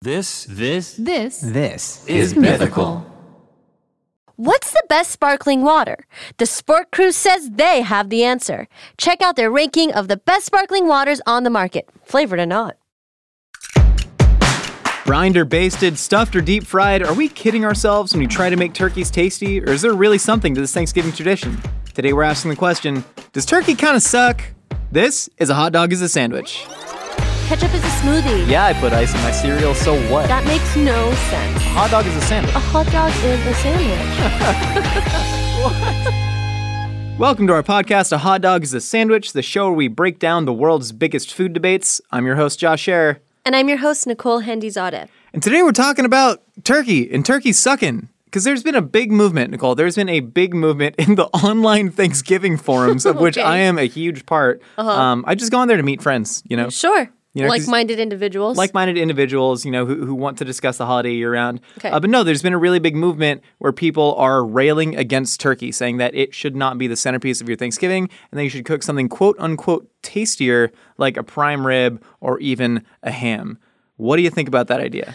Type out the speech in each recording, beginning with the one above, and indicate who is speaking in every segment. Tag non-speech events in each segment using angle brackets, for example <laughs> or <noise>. Speaker 1: This, this
Speaker 2: This
Speaker 3: This
Speaker 1: is mythical.
Speaker 4: What's the best sparkling water? The Sport Crew says they have the answer. Check out their ranking of the best sparkling waters on the market, flavored or not.
Speaker 3: Brined or basted, stuffed or deep fried, are we kidding ourselves when we try to make turkeys tasty? Or is there really something to this Thanksgiving tradition? Today we're asking the question Does turkey kind of suck? This is a hot dog is a sandwich.
Speaker 4: Ketchup is a smoothie.
Speaker 3: Yeah, I put ice in my cereal, so what?
Speaker 4: That makes no sense.
Speaker 3: Hot dog is a sandwich.
Speaker 4: A hot dog is a sandwich.
Speaker 3: Welcome to our podcast, A Hot Dog is a Sandwich, the show where we break down the world's biggest food debates. I'm your host, Josh Scherer.
Speaker 4: And I'm your host, Nicole Hendy-Zadeh.
Speaker 3: And today we're talking about turkey and turkey sucking. Because there's been a big movement, Nicole. There's been a big movement in the <laughs> online Thanksgiving forums, of which I am a huge part. Um, I just go on there to meet friends, you know,
Speaker 4: Sure.
Speaker 3: You know, 'cause-
Speaker 4: Like-minded individuals.
Speaker 3: like minded individuals, you know, who, who want to discuss the holiday year round.
Speaker 4: Okay.
Speaker 3: Uh, but no, there's been a really big movement where people are railing against turkey, saying that it should not be the centerpiece of your Thanksgiving and that you should cook something quote unquote tastier like a prime rib or even a ham. What do you think about that idea?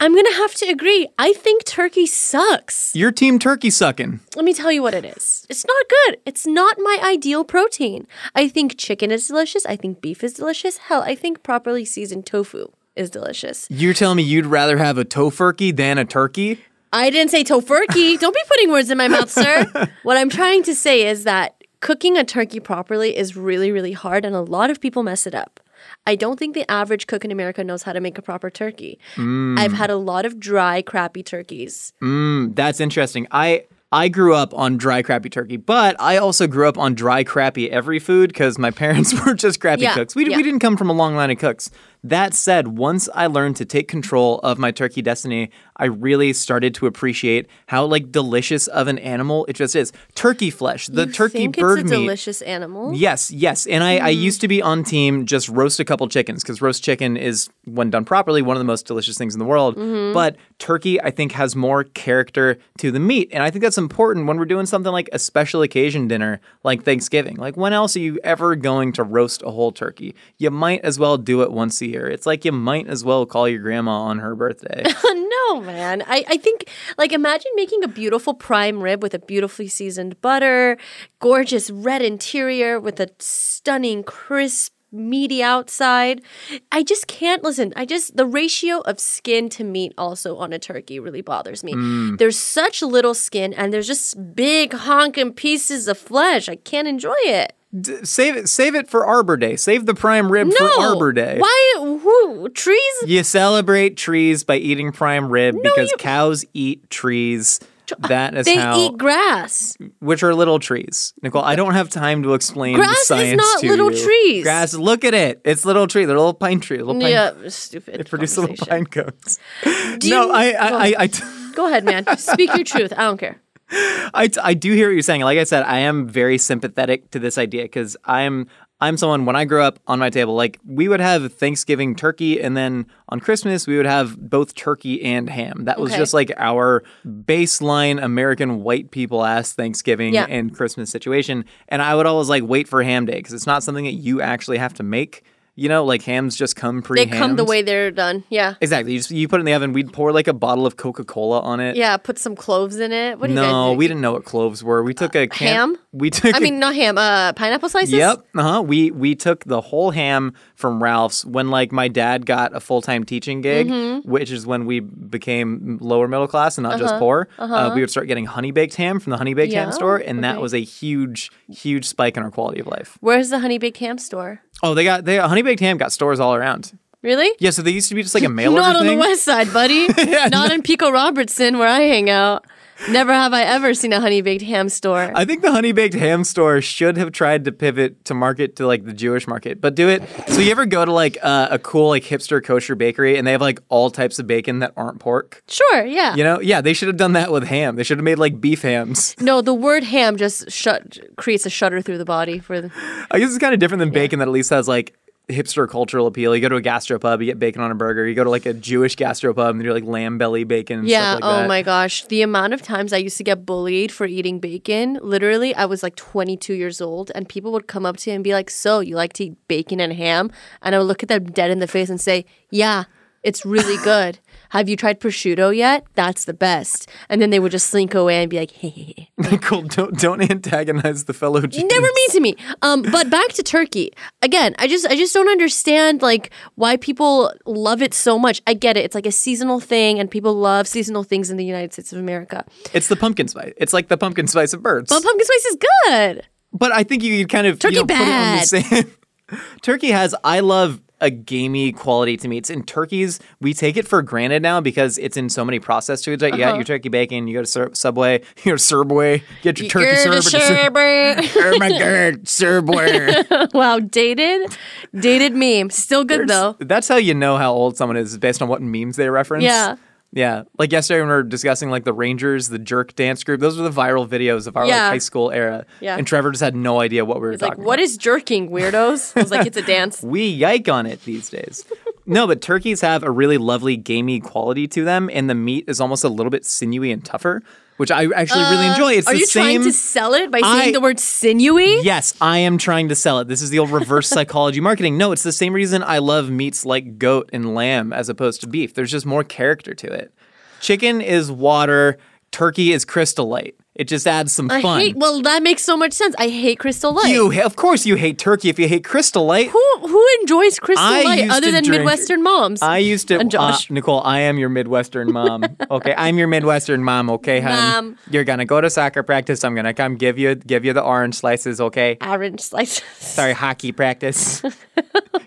Speaker 4: I'm going to have to agree. I think turkey sucks.
Speaker 3: Your team turkey sucking.
Speaker 4: Let me tell you what it is. It's not good. It's not my ideal protein. I think chicken is delicious. I think beef is delicious. Hell, I think properly seasoned tofu is delicious.
Speaker 3: You're telling me you'd rather have a tofurkey than a turkey?
Speaker 4: I didn't
Speaker 3: <laughs>
Speaker 4: say tofurkey. Don't be putting words in my mouth, sir. what I'm trying to say is that cooking a turkey properly is really, really hard, and a lot of people mess it up. I don't think the average cook in America knows how to make a proper turkey.
Speaker 3: Mm.
Speaker 4: I've had a lot of dry, crappy turkeys.
Speaker 3: That's interesting. I I grew up on dry crappy turkey, but I also grew up on dry crappy every food because my <laughs> parents were just crappy
Speaker 4: Yeah,
Speaker 3: cooks. We,
Speaker 4: yeah.
Speaker 3: we didn't come from a long line of cooks. That said, once I learned to take control of my turkey destiny, I really started to appreciate how like delicious of an animal it just is. Turkey flesh, the turkey
Speaker 4: think
Speaker 3: bird
Speaker 4: it's a
Speaker 3: meat.
Speaker 4: delicious animal.
Speaker 3: Yes, yes. And I, I
Speaker 4: Mm.
Speaker 3: used to be on team just roast a couple chickens because roast chicken is, when done properly, one of the most delicious things in the world.
Speaker 4: Mm-hmm.
Speaker 3: But turkey, I think, has more character to the meat. And I think that's important when we're doing something like a special occasion dinner, like Thanksgiving. Like, when else are you ever going to roast a whole turkey? You might as well do it once a year. It's like you might as well call your grandma on her
Speaker 4: <laughs>
Speaker 3: birthday.
Speaker 4: no, man. I, I think, like, imagine making a beautiful prime rib with a beautifully seasoned butter, gorgeous red interior with a stunning, crisp, meaty outside. I just can't listen. I just, the ratio of skin to meat also on a turkey really bothers me.
Speaker 3: Mm.
Speaker 4: There's such little skin and there's just big honking pieces of flesh. I can't enjoy it.
Speaker 3: D- save, it, save it for Arbor Day. Save the prime rib
Speaker 4: No.
Speaker 3: for Arbor Day.
Speaker 4: Why? Who? Trees?
Speaker 3: You celebrate trees by eating prime rib because cows eat trees. That is
Speaker 4: uh, They
Speaker 3: how,
Speaker 4: eat grass.
Speaker 3: which are little trees. Nicole, I don't have time to explain
Speaker 4: Grass
Speaker 3: the
Speaker 4: is
Speaker 3: science
Speaker 4: not
Speaker 3: to
Speaker 4: little
Speaker 3: you.
Speaker 4: trees.
Speaker 3: Grass, look at it. It's little tree. They're little pine tree. Little pine,
Speaker 4: Yeah, stupid.
Speaker 3: They produce little
Speaker 4: conversation.
Speaker 3: pine cones.
Speaker 4: Do
Speaker 3: no,
Speaker 4: you-
Speaker 3: I,
Speaker 4: go
Speaker 3: I, I,
Speaker 4: ahead.
Speaker 3: I, t-
Speaker 4: Go ahead, man. Speak your truth. I don't care.
Speaker 3: I, t- I do hear what you're saying. Like I said, I am very sympathetic to this idea because I'm I'm someone when I grew up on my table, like we would have Thanksgiving turkey, and then on Christmas we would have both turkey and ham. That was
Speaker 4: Okay.
Speaker 3: just like our baseline American white people ass Thanksgiving
Speaker 4: Yeah.
Speaker 3: and Christmas situation. And I would always like wait for ham day because it's not something that you actually have to make. You know, like hams just come pre.
Speaker 4: They come the way they're done. Yeah.
Speaker 3: Exactly. You, just, you put it in the oven. We'd pour like a bottle of Coca Cola on it.
Speaker 4: Yeah. Put some cloves in it. What do you guys
Speaker 3: No,
Speaker 4: do?
Speaker 3: we didn't know what cloves were. We took a can-
Speaker 4: ham?
Speaker 3: We took.
Speaker 4: I
Speaker 3: a-
Speaker 4: mean, not ham. Uh, pineapple slices.
Speaker 3: Yep. Uh huh. We we took the whole ham from Ralph's when like my dad got a full time teaching gig,
Speaker 4: Mm-hmm.
Speaker 3: which is when we became lower middle class and not just poor. uh we would start getting honey baked ham from the honey baked ham
Speaker 4: Uh-huh. Yeah,
Speaker 3: store, and that
Speaker 4: okay.
Speaker 3: was a huge huge spike in our quality of life.
Speaker 4: Where's the honey baked ham store?
Speaker 3: Oh, they got they honey baked ham got stores all around.
Speaker 4: Really?
Speaker 3: Yeah, so they used to be
Speaker 4: <laughs>
Speaker 3: just like a mail
Speaker 4: Not
Speaker 3: order
Speaker 4: on the
Speaker 3: thing.
Speaker 4: west
Speaker 3: <laughs>
Speaker 4: side, buddy. not in Pico Robertson, where I hang out. Never have I ever seen a honey baked ham store.
Speaker 3: I think the honey baked ham store should have tried to pivot to market to like the Jewish market, but do it. So you ever go to like uh, a cool like hipster kosher bakery and they have like all types of bacon that aren't pork?
Speaker 4: sure. Yeah.
Speaker 3: You know, yeah, they should have done that with ham. They should have made like beef hams. <laughs>
Speaker 4: No, the word ham just shut creates a shudder through the body for the.
Speaker 3: I guess it's kind of different than bacon that at least has like hipster cultural appeal. You go to a gastropub, you get bacon on a burger. You go to like a Jewish gastropub and you're like lamb belly bacon and
Speaker 4: Yeah.
Speaker 3: stuff like
Speaker 4: oh
Speaker 3: that.
Speaker 4: my gosh. The amount of times I used to get bullied for eating bacon. Literally, I was like 22 years old, and people would come up to me and be like, "So you like to eat bacon and ham?" And I would look at them dead in the face and say, "Yeah." It's
Speaker 3: <laughs>
Speaker 4: really good. Have you tried prosciutto yet? That's the best. And then they would just slink away and be like, hey, hey, hey.
Speaker 3: <laughs> Nicole, don't don't antagonize the fellow Jews.
Speaker 4: You never mean to me. Um, but back to Turkey again. I just I just don't understand like why people love it so much. I get it. It's like a seasonal thing, and people love seasonal things in the United States of America.
Speaker 3: It's the pumpkin spice. It's like the pumpkin spice of birds.
Speaker 4: But pumpkin spice is good.
Speaker 3: but I think you could kind of
Speaker 4: Turkey
Speaker 3: you know,
Speaker 4: bad.
Speaker 3: put it on the same. <laughs> turkey has I love a gamey quality to meats. And turkeys, we take it for granted now because it's in so many processed foods. Right? You
Speaker 4: Uh-huh.
Speaker 3: got your turkey bacon, you go to Sur- Subway, <laughs> you go to Subway, get your turkey
Speaker 4: You're the
Speaker 3: serb.
Speaker 4: sherbet.
Speaker 3: Oh my god, Subway.
Speaker 4: <laughs> wow, dated, dated meme. Still good though.
Speaker 3: That's how you know how old someone is based on what memes they reference.
Speaker 4: Yeah.
Speaker 3: Yeah. Like yesterday when we were discussing like the Rangers, the jerk dance group, those were the viral videos of our
Speaker 4: Yeah.
Speaker 3: like, high school era.
Speaker 4: Yeah.
Speaker 3: And Trevor just had no idea what we were
Speaker 4: It's like
Speaker 3: talking
Speaker 4: what
Speaker 3: about.
Speaker 4: is jerking weirdos? I was like, it's a dance.
Speaker 3: we yike on it these days. no, but turkeys have a really lovely gamey quality to them, and the meat is almost a little bit sinewy and tougher, which I actually really enjoy. <laughs> It's
Speaker 4: Uh, Are
Speaker 3: the
Speaker 4: you
Speaker 3: same
Speaker 4: trying to sell it by saying
Speaker 3: I-
Speaker 4: the word sinewy?
Speaker 3: Yes, I am trying to sell it. This is the old
Speaker 4: <laughs>
Speaker 3: reverse psychology marketing. No, it's the same reason I love meats like goat and lamb as opposed to beef. There's just more character to it. Chicken is water, turkey is crystal light. It just adds some
Speaker 4: I
Speaker 3: fun.
Speaker 4: hate. Well, that makes so much sense. I hate Crystal Light.
Speaker 3: you, of course, you hate turkey if you hate crystal light.
Speaker 4: Who who enjoys Crystal
Speaker 3: I
Speaker 4: Light
Speaker 3: used
Speaker 4: other
Speaker 3: to
Speaker 4: than
Speaker 3: drink-
Speaker 4: Midwestern moms?
Speaker 3: <laughs> I used to,
Speaker 4: And Josh.
Speaker 3: uh, Nicole. I am your Midwestern mom. okay, I'm your Midwestern mom. Okay, hon.
Speaker 4: Mom.
Speaker 3: You're gonna go to soccer practice. I'm gonna come give you give you the orange slices. Okay.
Speaker 4: Orange slices. <laughs>
Speaker 3: Sorry, hockey practice.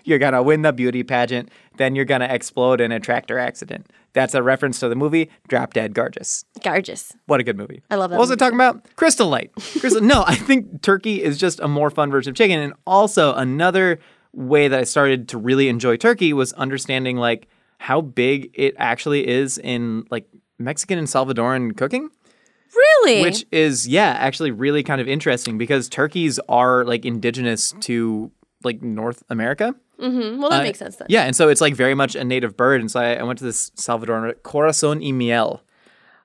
Speaker 3: you're gonna win the beauty pageant. Then you're gonna explode in a tractor accident. That's a reference to the movie Drop Dead Gorgeous.
Speaker 4: Gorgeous.
Speaker 3: What a good movie.
Speaker 4: I love that
Speaker 3: What was I
Speaker 4: movie.
Speaker 3: talking about? Crystal Light. Crystal. no, I think turkey is just a more fun version of chicken. And also another way that I started to really enjoy turkey was understanding like how big it actually is in like Mexican and Salvadoran cooking.
Speaker 4: Really?
Speaker 3: Which is yeah, actually really kind of interesting because turkeys are like indigenous to like North America.
Speaker 4: Mm, well, that makes sense then.
Speaker 3: Yeah, and so it's like very much a native bird. And so I, I went to this Salvadoran Corazon y Miel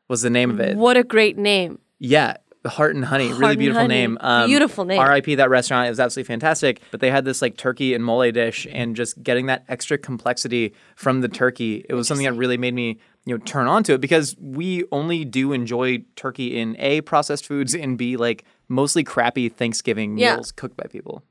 Speaker 3: was the name of it.
Speaker 4: What a great name.
Speaker 3: Yeah, the Heart and Honey, really
Speaker 4: and
Speaker 3: beautiful
Speaker 4: Honey.
Speaker 3: name. Um,
Speaker 4: Beautiful name.
Speaker 3: R.I.P. That restaurant. It was absolutely fantastic. But they had this like turkey and mole dish, and just getting that extra complexity from the turkey, it was something that really made me you know turn on to it because we only do enjoy turkey in a processed foods and b like mostly crappy Thanksgiving
Speaker 4: Yeah.
Speaker 3: meals cooked by people.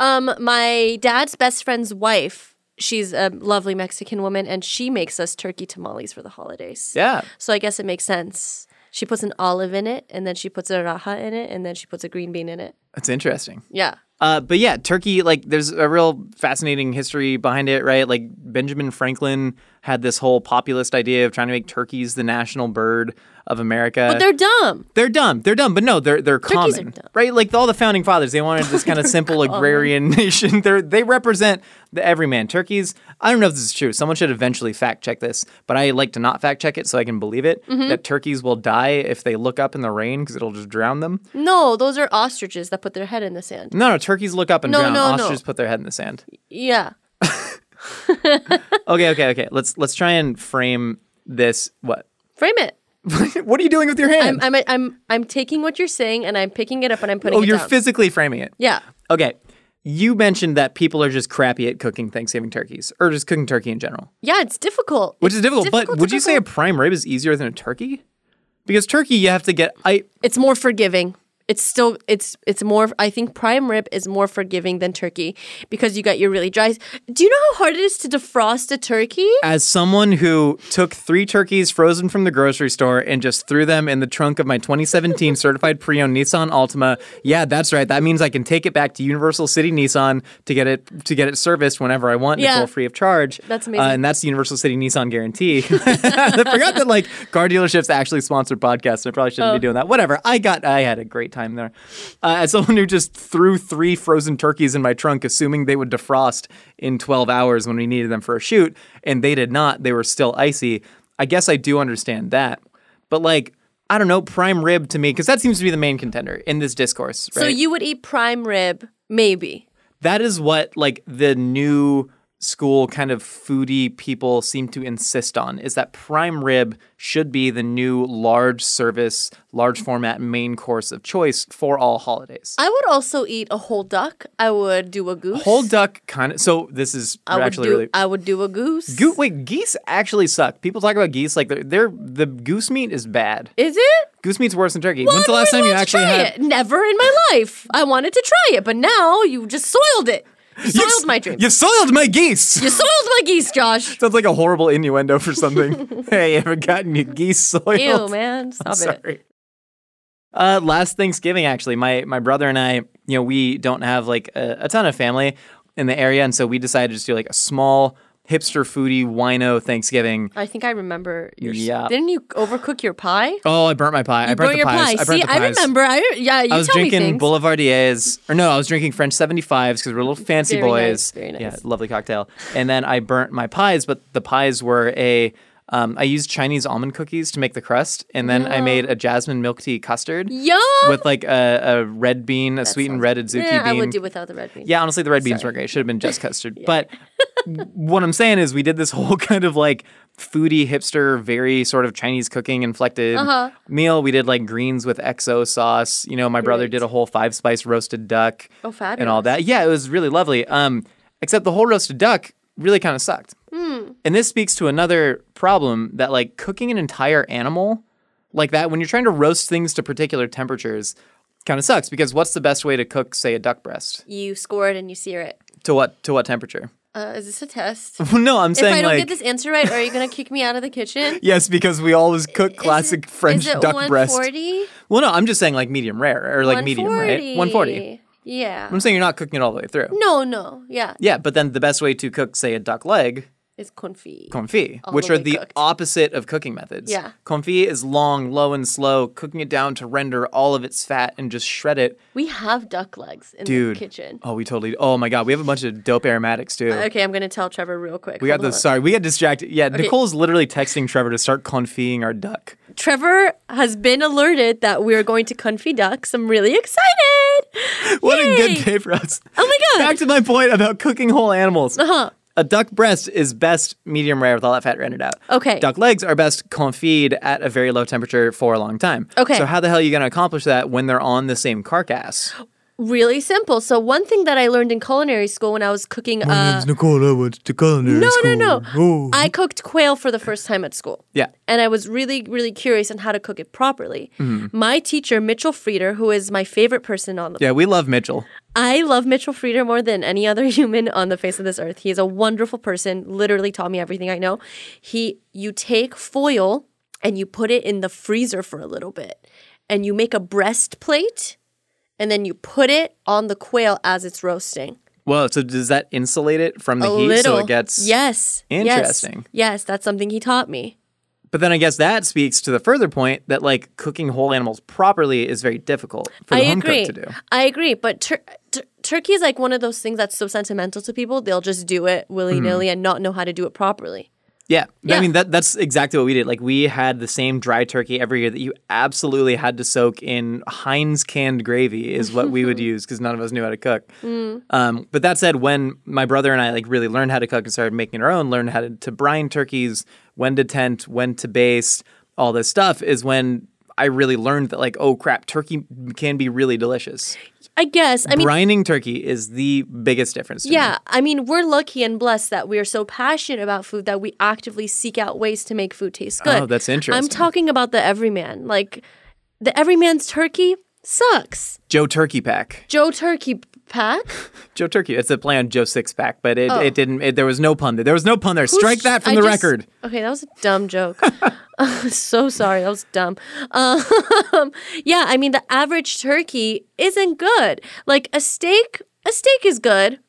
Speaker 4: Um, my dad's best friend's wife. She's a lovely Mexican woman, and she makes us turkey tamales for the holidays.
Speaker 3: Yeah.
Speaker 4: So I guess it makes sense. She puts an olive in it, and then she puts a raja in it, and then she puts a green bean in it.
Speaker 3: That's interesting.
Speaker 4: Yeah.
Speaker 3: Uh, but yeah, Turkey, like, there's a real fascinating history behind it, right? Like, Benjamin Franklin had this whole populist idea of trying to make turkeys the national bird of America.
Speaker 4: But they're dumb.
Speaker 3: They're dumb. They're dumb, but no, they're they're
Speaker 4: Turkeys
Speaker 3: common,
Speaker 4: are dumb.
Speaker 3: right? Like all the founding fathers, they wanted this
Speaker 4: <laughs>
Speaker 3: kind of simple agrarian <laughs> nation. They they represent the everyman. Turkeys. I don't know if this is true. Someone should eventually fact check this, but I like to not fact check it so I can believe it.
Speaker 4: Mm-hmm.
Speaker 3: That turkeys will die if they look up in the rain because it'll just drown them.
Speaker 4: No, those are ostriches that put their head in the sand.
Speaker 3: No, no, turkeys look up and
Speaker 4: No,
Speaker 3: drown.
Speaker 4: no, no.
Speaker 3: Ostriches put their head in the sand.
Speaker 4: Yeah.
Speaker 3: Okay, okay, okay. Let's let's try and frame this. What?
Speaker 4: Frame it.
Speaker 3: <laughs> what are you doing with your hand?
Speaker 4: I'm, I'm, I'm, I'm taking what you're saying and I'm picking it up and I'm putting
Speaker 3: oh,
Speaker 4: it
Speaker 3: you're
Speaker 4: down.
Speaker 3: physically framing it.
Speaker 4: yeah.
Speaker 3: Okay. You mentioned that people are just crappy at cooking Thanksgiving turkeys or just cooking turkey in general,
Speaker 4: Yeah, it's difficult.
Speaker 3: which is difficult. but
Speaker 4: difficult to
Speaker 3: would you
Speaker 4: cook
Speaker 3: say
Speaker 4: a-
Speaker 3: a prime rib is easier than a turkey? Because turkey, you have to get. I
Speaker 4: it's more forgiving. It's still it's it's more I think prime rib is more forgiving than turkey because you got your really dry. Do you know how hard it is to defrost a turkey?
Speaker 3: as someone who took three turkeys frozen from the grocery store and just threw them in the trunk of my
Speaker 4: <laughs>
Speaker 3: 2017 certified pre-owned Nissan Altima. Yeah, that's right. That means I can take it back to Universal City Nissan to get it to get it serviced whenever I want,
Speaker 4: Yeah.
Speaker 3: Nicole, free of charge.
Speaker 4: That's
Speaker 3: Uh,
Speaker 4: amazing.
Speaker 3: and that's the Universal City Nissan guarantee. <laughs> I forgot that like car dealerships actually sponsor podcasts. I probably shouldn't be doing that. Whatever. I got. I had a great time there. Uh, as someone who just threw three frozen turkeys in my trunk, assuming they would defrost in 12 hours when we needed them for a shoot, and they did not. They were still icy. I guess I do understand that, but like. I don't know, prime rib to me, because that seems to be the main contender in this discourse. Right?
Speaker 4: So you would eat prime rib maybe.
Speaker 3: that is what like the new school kind of foodie people seem to insist on is that prime rib should be the new large service, large format main course of choice for all holidays.
Speaker 4: I would also eat a whole duck. I would do a goose.
Speaker 3: Whole duck kind of. So this is
Speaker 4: I would
Speaker 3: actually
Speaker 4: do.
Speaker 3: really.
Speaker 4: I would do a goose.
Speaker 3: Goo- wait, geese actually suck. People talk about geese like they're, they're the goose meat is bad.
Speaker 4: Is it?
Speaker 3: Goose meat's worse than turkey.
Speaker 4: Why
Speaker 3: When's the
Speaker 4: did
Speaker 3: last
Speaker 4: I
Speaker 3: time you
Speaker 4: not
Speaker 3: actually
Speaker 4: try
Speaker 3: had?
Speaker 4: it? Never in my life. I wanted to try it, but now you just soiled it. You soiled
Speaker 3: Yes,
Speaker 4: my dream.
Speaker 3: You soiled my geese.
Speaker 4: You soiled my geese, Josh.
Speaker 3: Sounds like a horrible innuendo for
Speaker 4: <laughs>
Speaker 3: something. hey, you ever gotten your geese <laughs> soiled?
Speaker 4: Ew, man. <laughs> Stop
Speaker 3: <laughs>
Speaker 4: it.
Speaker 3: Sorry. Uh, last Thanksgiving, actually, my my brother and I, you know, we don't have like a, a ton of family in the area, and so we decided to just do like a small hipster foodie wino Thanksgiving.
Speaker 4: I think I remember your.
Speaker 3: Yeah.
Speaker 4: Didn't you overcook your pie?
Speaker 3: Oh, I burnt my pie. I burnt
Speaker 4: Burn
Speaker 3: the
Speaker 4: your
Speaker 3: pies.
Speaker 4: pie.
Speaker 3: I burnt
Speaker 4: See,
Speaker 3: the pies.
Speaker 4: I remember. I yeah. You
Speaker 3: I was
Speaker 4: tell me
Speaker 3: drinking
Speaker 4: things.
Speaker 3: Boulevardiers, or no, I was drinking French 75s because we're little fancy
Speaker 4: Very
Speaker 3: boys.
Speaker 4: nice, very nice.
Speaker 3: Yeah, lovely cocktail. And then I burnt my pies, but the pies were a. Um, I used Chinese almond cookies to make the crust, and then I made a jasmine milk tea custard
Speaker 4: Yum.
Speaker 3: with like a, a red bean, a sweetened red adzuki
Speaker 4: yeah, I
Speaker 3: bean.
Speaker 4: would do without the red bean.
Speaker 3: Yeah, honestly, the red beans
Speaker 4: Sorry.
Speaker 3: weren't great. It should have been just custard.
Speaker 4: <laughs>
Speaker 3: But what I'm saying is, we did this whole <laughs> kind of like foodie, hipster, very sort of Chinese cooking inflected
Speaker 4: Uh-huh.
Speaker 3: meal. We did like greens with XO sauce. You know, my brother
Speaker 4: Great.
Speaker 3: did a whole five spice roasted duck.
Speaker 4: Oh,
Speaker 3: And all
Speaker 4: fabulous.
Speaker 3: that. Yeah, it was really lovely. Um, except the whole roasted duck really kind of sucked.
Speaker 4: Hmm.
Speaker 3: And this speaks to another problem that like cooking an entire animal like that when you're trying to roast things to particular temperatures kind of sucks because what's the best way to cook say a duck breast?
Speaker 4: You score it and you sear it.
Speaker 3: To what to what temperature? <laughs>
Speaker 4: Uh, is this a test?
Speaker 3: Well, no, <laughs> I'm
Speaker 4: if
Speaker 3: saying
Speaker 4: I don't
Speaker 3: like
Speaker 4: get this answer right, are you gonna kick me out of the kitchen?
Speaker 3: yes, because we always cook <laughs> classic
Speaker 4: is it,
Speaker 3: French
Speaker 4: is it
Speaker 3: duck breast.
Speaker 4: 140?
Speaker 3: Well, no, I'm just saying like medium rare or like medium, right? 140.
Speaker 4: 140. Yeah.
Speaker 3: I'm saying you're not cooking it all the way through.
Speaker 4: No, no. Yeah.
Speaker 3: Yeah, but then the best way to cook say a duck leg,
Speaker 4: It's confit.
Speaker 3: confit,
Speaker 4: All
Speaker 3: which
Speaker 4: the
Speaker 3: are
Speaker 4: way
Speaker 3: the
Speaker 4: cooked.
Speaker 3: opposite of cooking methods.
Speaker 4: Yeah.
Speaker 3: Confit is long, low and slow, cooking it down to render all of its fat and just shred it.
Speaker 4: we have duck legs in
Speaker 3: Dude.
Speaker 4: the kitchen.
Speaker 3: Oh, we totally Oh my god, we have a bunch of dope aromatics too.
Speaker 4: Okay, I'm gonna tell Trevor real quick.
Speaker 3: We got
Speaker 4: Hold
Speaker 3: this.
Speaker 4: on.
Speaker 3: Sorry, we got distracted. Yeah, Nicole's literally texting Trevor to start confiting our duck.
Speaker 4: Trevor has been alerted that we're going to confit ducks. I'm really excited.
Speaker 3: What a
Speaker 4: Yay!
Speaker 3: good day for us.
Speaker 4: Oh my god.
Speaker 3: Back to my point about cooking whole animals. Uh-huh. A duck breast is best medium rare with all that fat rendered out.
Speaker 4: Okay.
Speaker 3: Duck legs are best confit at a very low temperature for a long time.
Speaker 4: Okay.
Speaker 3: So how the hell are you going to accomplish that when they're on the same carcass?
Speaker 4: really simple. So one thing that I learned in culinary school when I was cooking uh,
Speaker 3: Nicole, I went to culinary Oh.
Speaker 4: No, no, no. I cooked quail for the first time at school.
Speaker 3: Yeah.
Speaker 4: And I was really, really curious on how to cook it properly. My teacher, Mitchell Frieder, who is my favorite person on the
Speaker 3: Yeah, we love Mitchell.
Speaker 4: I love Mitchell Frieder more than any other <laughs> human on the face of this earth. He is a wonderful person, literally taught me everything I know. He you take foil and you put it in the freezer for a little bit and you make a breast plate and then you put it on the quail as it's roasting.
Speaker 3: Well, so does that insulate it from the
Speaker 4: A
Speaker 3: heat
Speaker 4: little.
Speaker 3: so it gets
Speaker 4: yes. yes.
Speaker 3: Interesting.
Speaker 4: yes, that's something he taught me.
Speaker 3: But then I guess that speaks to the further point that like cooking whole animals properly is very difficult for the
Speaker 4: I
Speaker 3: home
Speaker 4: agree.
Speaker 3: cook to do.
Speaker 4: I agree, but tur- tur- turkey is like one of those things that's so sentimental to people. They'll just do it willy nilly
Speaker 3: Mm-hmm.
Speaker 4: and not know how to do it properly.
Speaker 3: Yeah.
Speaker 4: Yeah.
Speaker 3: I mean that that's exactly what we did. Like we had the same dry turkey every year that you absolutely had to soak in Heinz canned gravy is what we
Speaker 4: <laughs>
Speaker 3: would use because none of us knew how to cook.
Speaker 4: Mm.
Speaker 3: Um, but that said, when my brother and I like really learned how to cook and started making our own, learned how to, to brine turkeys, when to tent, when to baste, all this stuff is when I really learned that like oh crap, turkey can be really delicious.
Speaker 4: I guess. I mean,
Speaker 3: Brining turkey is the biggest difference. To me.
Speaker 4: yeah. I mean, we're lucky and blessed that we are so passionate about food that we actively seek out ways to make food taste good.
Speaker 3: Oh, that's
Speaker 4: I'm
Speaker 3: interesting.
Speaker 4: talking about the everyman. Like, the everyman's turkey sucks.
Speaker 3: Joe Turkey Pack.
Speaker 4: Joe Turkey Pack.
Speaker 3: Joe Turkey. It's a play on Joe Six Pack, but it, it didn't. It, there was no pun there. There was no pun there. <laughs> Strike that from
Speaker 4: Oh. I
Speaker 3: the
Speaker 4: just-
Speaker 3: record.
Speaker 4: Okay, that was a
Speaker 3: <laughs>
Speaker 4: dumb joke. <laughs> so sorry, that was dumb. Um, <laughs> yeah, I mean the average turkey isn't good. Like a steak, a steak is good.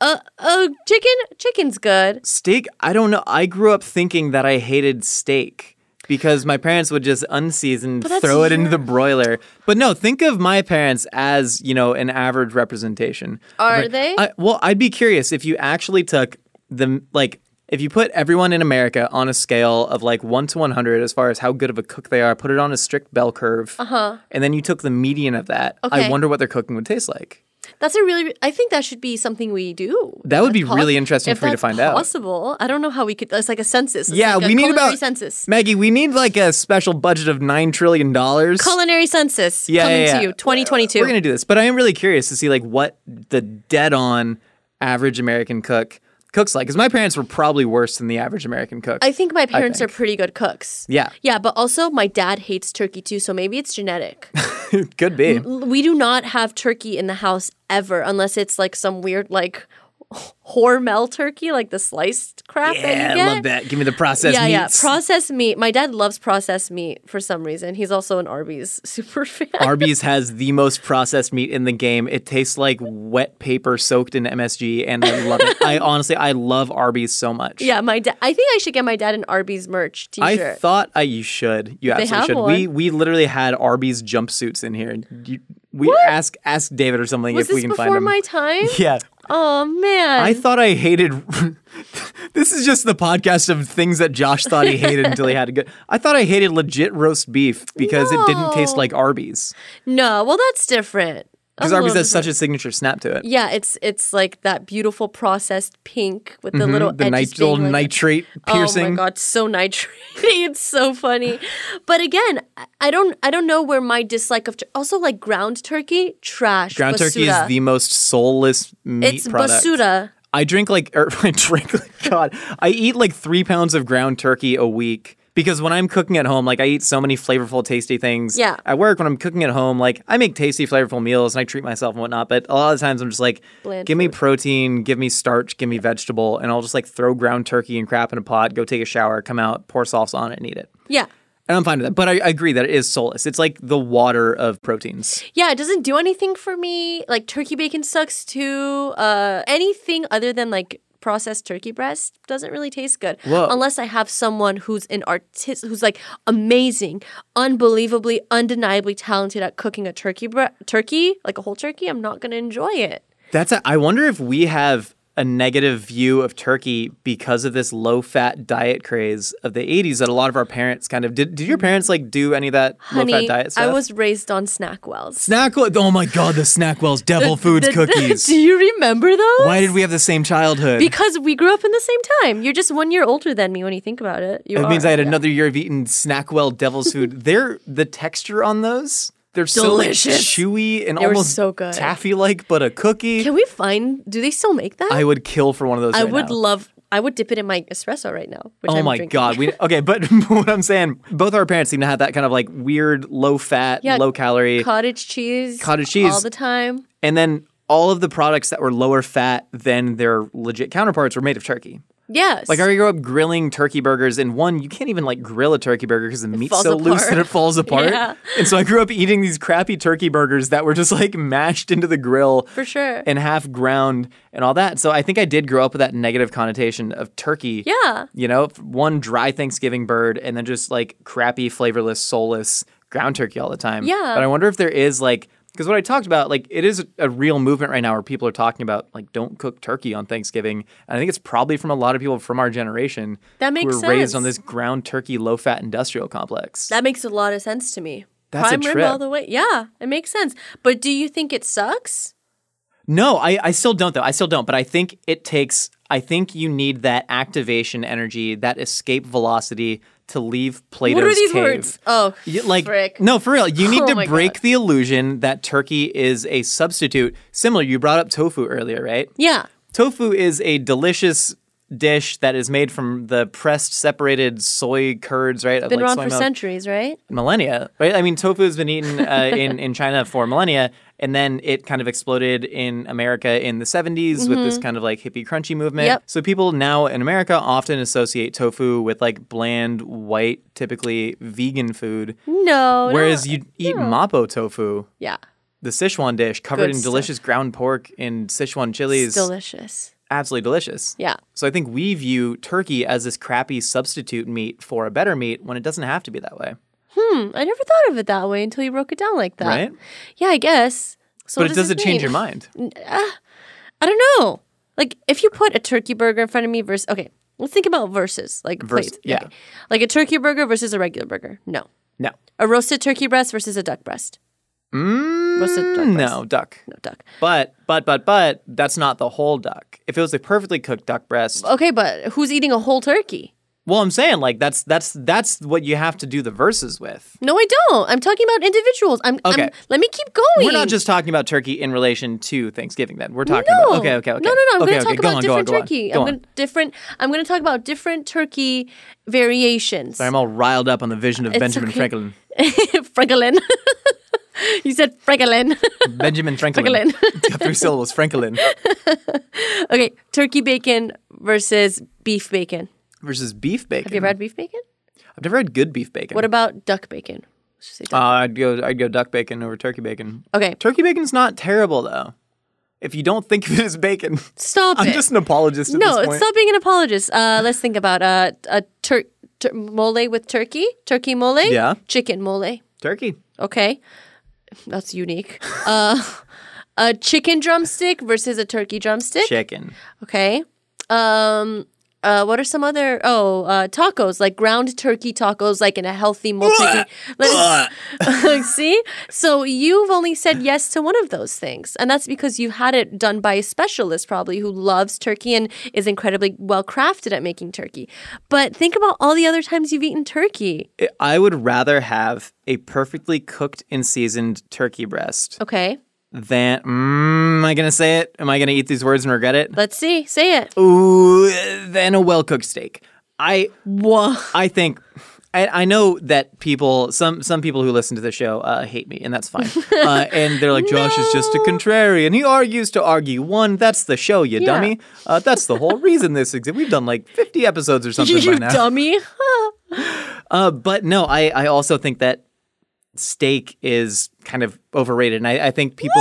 Speaker 4: A a chicken, chicken's good.
Speaker 3: Steak. I don't know. I grew up thinking that I hated steak because my parents would just unseasoned
Speaker 4: that's
Speaker 3: throw it into the
Speaker 4: your-
Speaker 3: broiler. But no, think of my parents as you know an average representation.
Speaker 4: Are
Speaker 3: Right.
Speaker 4: they?
Speaker 3: I, well, I'd be curious if you actually took the like. If you put everyone in America on a scale of like 1 to 100 as far as how good of a cook they are, put it on a strict bell curve, uh-huh. and then you took the median of that,
Speaker 4: Okay.
Speaker 3: I wonder what their cooking would taste like.
Speaker 4: That's a really. I think that should be something we do.
Speaker 3: That would be
Speaker 4: That's pos-
Speaker 3: really interesting
Speaker 4: if
Speaker 3: for me to
Speaker 4: that's
Speaker 3: find out.
Speaker 4: Possible. I don't know how we could. It's like a census. It's
Speaker 3: yeah,
Speaker 4: like a
Speaker 3: we need
Speaker 4: culinary
Speaker 3: about
Speaker 4: census.
Speaker 3: Maggie. We need like a special budget of nine trillion dollars.
Speaker 4: Culinary census
Speaker 3: Yeah,
Speaker 4: coming
Speaker 3: yeah, yeah.
Speaker 4: to you 2022.
Speaker 3: We're gonna do this, but I am really curious to see like what the dead-on average American cook cooks like. Because my parents were probably worse than the average American cook.
Speaker 4: I think my parents
Speaker 3: think.
Speaker 4: are pretty good cooks.
Speaker 3: Yeah.
Speaker 4: Yeah, but also my dad hates turkey too, so maybe
Speaker 3: <laughs>
Speaker 4: it's genetic.
Speaker 3: <laughs> Could be.
Speaker 4: we do not have turkey in the house ever unless it's like some weird like Hormel turkey, like the sliced crap that
Speaker 3: Yeah,
Speaker 4: you
Speaker 3: I
Speaker 4: get.
Speaker 3: love that. Give me the processed
Speaker 4: yeah, yeah.
Speaker 3: meats.
Speaker 4: Processed meat. My dad loves processed meat for some reason. He's also an Arby's <laughs> super fan.
Speaker 3: Arby's has the most processed meat in the game. It tastes like wet paper soaked in MSG, and I love
Speaker 4: <laughs>
Speaker 3: it. I honestly, I love Arby's so much.
Speaker 4: yeah, my dad. I think I should get my dad an Arby's merch
Speaker 3: I
Speaker 4: T-shirt.
Speaker 3: thought I, you should. You absolutely
Speaker 4: have
Speaker 3: should. We we literally had Arby's jumpsuits in here. and You, we ask ask David or something
Speaker 4: Was
Speaker 3: if we
Speaker 4: this
Speaker 3: can find
Speaker 4: before
Speaker 3: them.
Speaker 4: my time?
Speaker 3: yeah,
Speaker 4: Oh man.
Speaker 3: I thought I hated. <laughs> this is just the podcast of things that Josh thought he hated until he had a good. I thought I hated legit roast beef because it didn't taste
Speaker 4: No.
Speaker 3: like Arby's.
Speaker 4: no, well that's different. That's
Speaker 3: Because
Speaker 4: a
Speaker 3: Arby's
Speaker 4: little
Speaker 3: has such
Speaker 4: different.
Speaker 3: a signature snap to it.
Speaker 4: Yeah, it's it's like that beautiful processed pink with the little
Speaker 3: Mm-hmm, The
Speaker 4: edges
Speaker 3: nit-
Speaker 4: being
Speaker 3: little
Speaker 4: like-
Speaker 3: nitrate piercing.
Speaker 4: Oh my god, so nitrate. <laughs> it's so funny. But again, I- I don't I don't know where my dislike of tur- also like ground turkey trash.
Speaker 3: Ground turkey is
Speaker 4: basura.
Speaker 3: the most soulless meat
Speaker 4: it's
Speaker 3: product.
Speaker 4: basura.
Speaker 3: I drink like, or <laughs> I drink like, God, I eat like three pounds of ground turkey a week because when I'm cooking at home, like I eat so many flavorful, tasty things.
Speaker 4: Yeah.
Speaker 3: At work, when I'm cooking at home, like I make tasty, flavorful meals and I treat myself and whatnot. But a lot of times I'm just like,
Speaker 4: Bland
Speaker 3: give me
Speaker 4: food.
Speaker 3: protein, give me starch, give me vegetable. And I'll just like throw ground turkey and crap in a pot, go take a shower, come out, pour sauce on it and eat it.
Speaker 4: Yeah.
Speaker 3: And I'm fine with that. But I, I agree that it is soulless. It's like the water of proteins.
Speaker 4: Yeah, it doesn't do anything for me. Like turkey bacon sucks too. Uh anything other than like processed turkey breast doesn't really taste good
Speaker 3: Whoa.
Speaker 4: unless I have someone who's an artist who's like amazing, unbelievably, undeniably talented at cooking a turkey bre- turkey, like a whole turkey, I'm not going to enjoy it.
Speaker 3: That's. A, I wonder if we have a negative view of turkey because of this low-fat diet craze of the '80s that a lot of our parents kind of did. Did your parents like do any of that
Speaker 4: Honey,
Speaker 3: low-fat diet stuff?
Speaker 4: I was raised on snack wells.
Speaker 3: snack. Oh my god, the Snackwells
Speaker 4: <laughs>
Speaker 3: Devil Foods cookies.
Speaker 4: Do you remember those?
Speaker 3: Why did we have the same childhood?
Speaker 4: Because we grew up in the same time. You're just one year older than me when you think about it. You
Speaker 3: that
Speaker 4: are.
Speaker 3: means I had another year of eating Snackwell Devil's
Speaker 4: <laughs>
Speaker 3: Food. They're the texture on those. They're
Speaker 4: Delicious.
Speaker 3: so like, chewy and
Speaker 4: They were
Speaker 3: almost
Speaker 4: so good.
Speaker 3: taffy-like, but a cookie.
Speaker 4: Can we find? Do they still make that?
Speaker 3: I would kill for one of those.
Speaker 4: I
Speaker 3: right
Speaker 4: would
Speaker 3: now.
Speaker 4: love. I would dip it in my espresso right now. Which
Speaker 3: Oh
Speaker 4: I'm
Speaker 3: my
Speaker 4: drinking.
Speaker 3: god.
Speaker 4: <laughs>
Speaker 3: We okay, but <laughs> what I'm saying, both our parents seem to have that kind of like weird low fat,
Speaker 4: Yeah,
Speaker 3: low calorie.
Speaker 4: Cottage cheese.
Speaker 3: Cottage
Speaker 4: all
Speaker 3: cheese.
Speaker 4: the time.
Speaker 3: and then all of the products that were lower fat than their legit counterparts were made of turkey.
Speaker 4: Yes.
Speaker 3: Like I grew up grilling turkey burgers and one you can't even like grill a turkey burger cuz the meat's
Speaker 4: falls
Speaker 3: so loose
Speaker 4: apart.
Speaker 3: that it
Speaker 4: <laughs>
Speaker 3: falls apart.
Speaker 4: Yeah.
Speaker 3: And so I grew up eating these crappy turkey burgers that were just like mashed into the grill
Speaker 4: for sure.
Speaker 3: and half ground and all that. So I think I did grow up with that negative connotation of turkey.
Speaker 4: Yeah.
Speaker 3: You know, f- one dry Thanksgiving bird and then just like crappy, flavorless, soulless ground turkey all the time.
Speaker 4: Yeah.
Speaker 3: But I wonder if there is like, because what I talked about, like, it is a real movement right now where people are talking about, like, don't cook turkey on Thanksgiving. And I think it's probably from a lot of people from our generation
Speaker 4: That makes
Speaker 3: who were raised
Speaker 4: sense.
Speaker 3: on this ground turkey, low fat industrial complex.
Speaker 4: that makes a lot of sense to me.
Speaker 3: That's a
Speaker 4: Prime rib
Speaker 3: trip.
Speaker 4: all the way. Yeah, it makes sense. But do you think it sucks?
Speaker 3: No, I, I still don't though. I still don't. But I think it takes. I think you need that activation energy, that escape velocity to leave Plato's
Speaker 4: what are these
Speaker 3: cave.
Speaker 4: words? Oh,
Speaker 3: You- like
Speaker 4: frick.
Speaker 3: no, for real. You need
Speaker 4: Oh my
Speaker 3: to break
Speaker 4: God.
Speaker 3: the illusion that turkey is a substitute. Similar, you brought up tofu earlier, right?
Speaker 4: Yeah.
Speaker 3: Tofu is a delicious dish that is made from the pressed, separated soy curds, right? of,
Speaker 4: Been
Speaker 3: like,
Speaker 4: around
Speaker 3: soy
Speaker 4: for
Speaker 3: milk
Speaker 4: centuries, right?
Speaker 3: millennia, right? I mean, tofu has been eaten
Speaker 4: <laughs>
Speaker 3: uh, in in China for millennia, and then it kind of exploded in America in the '70s with this kind of like hippie crunchy movement.
Speaker 4: Mm-hmm. Yep.
Speaker 3: So people now in America often associate tofu with like bland, white, typically vegan food,
Speaker 4: No.
Speaker 3: whereas
Speaker 4: no.
Speaker 3: you eat mapo tofu.
Speaker 4: yeah,
Speaker 3: The Sichuan dish covered
Speaker 4: Good
Speaker 3: in
Speaker 4: stuff.
Speaker 3: delicious ground pork and Sichuan
Speaker 4: it's
Speaker 3: chilies.
Speaker 4: delicious.
Speaker 3: absolutely delicious.
Speaker 4: Yeah.
Speaker 3: So I think we view turkey as this crappy substitute meat for a better meat when it doesn't have to be that way.
Speaker 4: I never thought of it that way until you broke it down like that.
Speaker 3: Right?
Speaker 4: Yeah, I guess. So
Speaker 3: but
Speaker 4: what
Speaker 3: it
Speaker 4: does
Speaker 3: doesn't
Speaker 4: this
Speaker 3: change
Speaker 4: mean?
Speaker 3: your mind.
Speaker 4: I don't know. Like if you put a turkey burger in front of me versus okay, let's think about versus like
Speaker 3: Vers-
Speaker 4: plates.
Speaker 3: yeah.
Speaker 4: Okay. Like a turkey burger versus a regular burger. No.
Speaker 3: No.
Speaker 4: A roasted turkey breast versus a duck breast. roasted duck breast.
Speaker 3: Mm, No, duck.
Speaker 4: no duck.
Speaker 3: But but but but that's not the whole duck. If it was a perfectly cooked duck breast,
Speaker 4: Okay, but who's eating a whole turkey?
Speaker 3: well, I'm saying like that's that's that's what you have to do the verses with.
Speaker 4: No, I don't. I'm talking about individuals. I'm.
Speaker 3: Okay.
Speaker 4: I'm let me keep going.
Speaker 3: We're not just talking about turkey in relation to Thanksgiving. Then we're talking
Speaker 4: No.
Speaker 3: about okay, okay, okay.
Speaker 4: No, no, no. I'm
Speaker 3: okay,
Speaker 4: going to
Speaker 3: okay.
Speaker 4: talk
Speaker 3: go
Speaker 4: about
Speaker 3: on, go on,
Speaker 4: different
Speaker 3: go on,
Speaker 4: turkey.
Speaker 3: Go
Speaker 4: I'm
Speaker 3: on.
Speaker 4: going to different. I'm going to talk about different turkey variations.
Speaker 3: I'm all riled up on the vision of Benjamin
Speaker 4: okay.
Speaker 3: Franklin.
Speaker 4: <laughs> Franklin. you said <laughs> Franklin.
Speaker 3: Benjamin Franklin. <laughs> Got Three syllables. Franklin
Speaker 4: okay, turkey bacon versus beef bacon.
Speaker 3: versus beef bacon.
Speaker 4: Have you ever had beef bacon?
Speaker 3: I've never had good beef bacon.
Speaker 4: What about duck bacon? Let's just say
Speaker 3: uh,
Speaker 4: duck.
Speaker 3: I'd go. I'd go duck bacon over turkey bacon.
Speaker 4: okay,
Speaker 3: Turkey bacon's not terrible though. If you don't think of it as bacon, <laughs>
Speaker 4: stop
Speaker 3: I'm
Speaker 4: it.
Speaker 3: just an apologist at
Speaker 4: no,
Speaker 3: this point.
Speaker 4: stop being an apologist. Uh, let's think about uh, a tur- tur- mole with turkey, turkey mole,
Speaker 3: Yeah.
Speaker 4: chicken mole.
Speaker 3: Turkey.
Speaker 4: Okay, that's unique. uh, a chicken drumstick versus a turkey drumstick.
Speaker 3: Chicken.
Speaker 4: Okay. Um. Uh, what are some other oh uh, tacos like ground turkey tacos like in a healthy multi Let us- <laughs> see so you've only said yes to one of those things and that's because you've had it done by a specialist probably who loves turkey and is incredibly well crafted at making turkey but think about all the other times you've eaten turkey
Speaker 3: I would rather have a perfectly cooked and seasoned turkey breast
Speaker 4: okay
Speaker 3: than. Mm, am I gonna say it? Am I gonna eat these words and regret it?
Speaker 4: let's see say it
Speaker 3: Ooh, than a well cooked steak. I
Speaker 4: Whoa.
Speaker 3: I think I, I know that people some some people who listen to the show uh, hate me, and that's
Speaker 4: <laughs>
Speaker 3: fine. uh, and they're like, Josh is just a contrarian. He argues to argue. One, that's the show, you dummy. Uh, that's the whole reason this exists. We've done like fifty episodes or something
Speaker 4: <laughs> you
Speaker 3: by now.
Speaker 4: dummy
Speaker 3: Uh, but no, I, I also think that steak is kind of overrated, and I, I think people.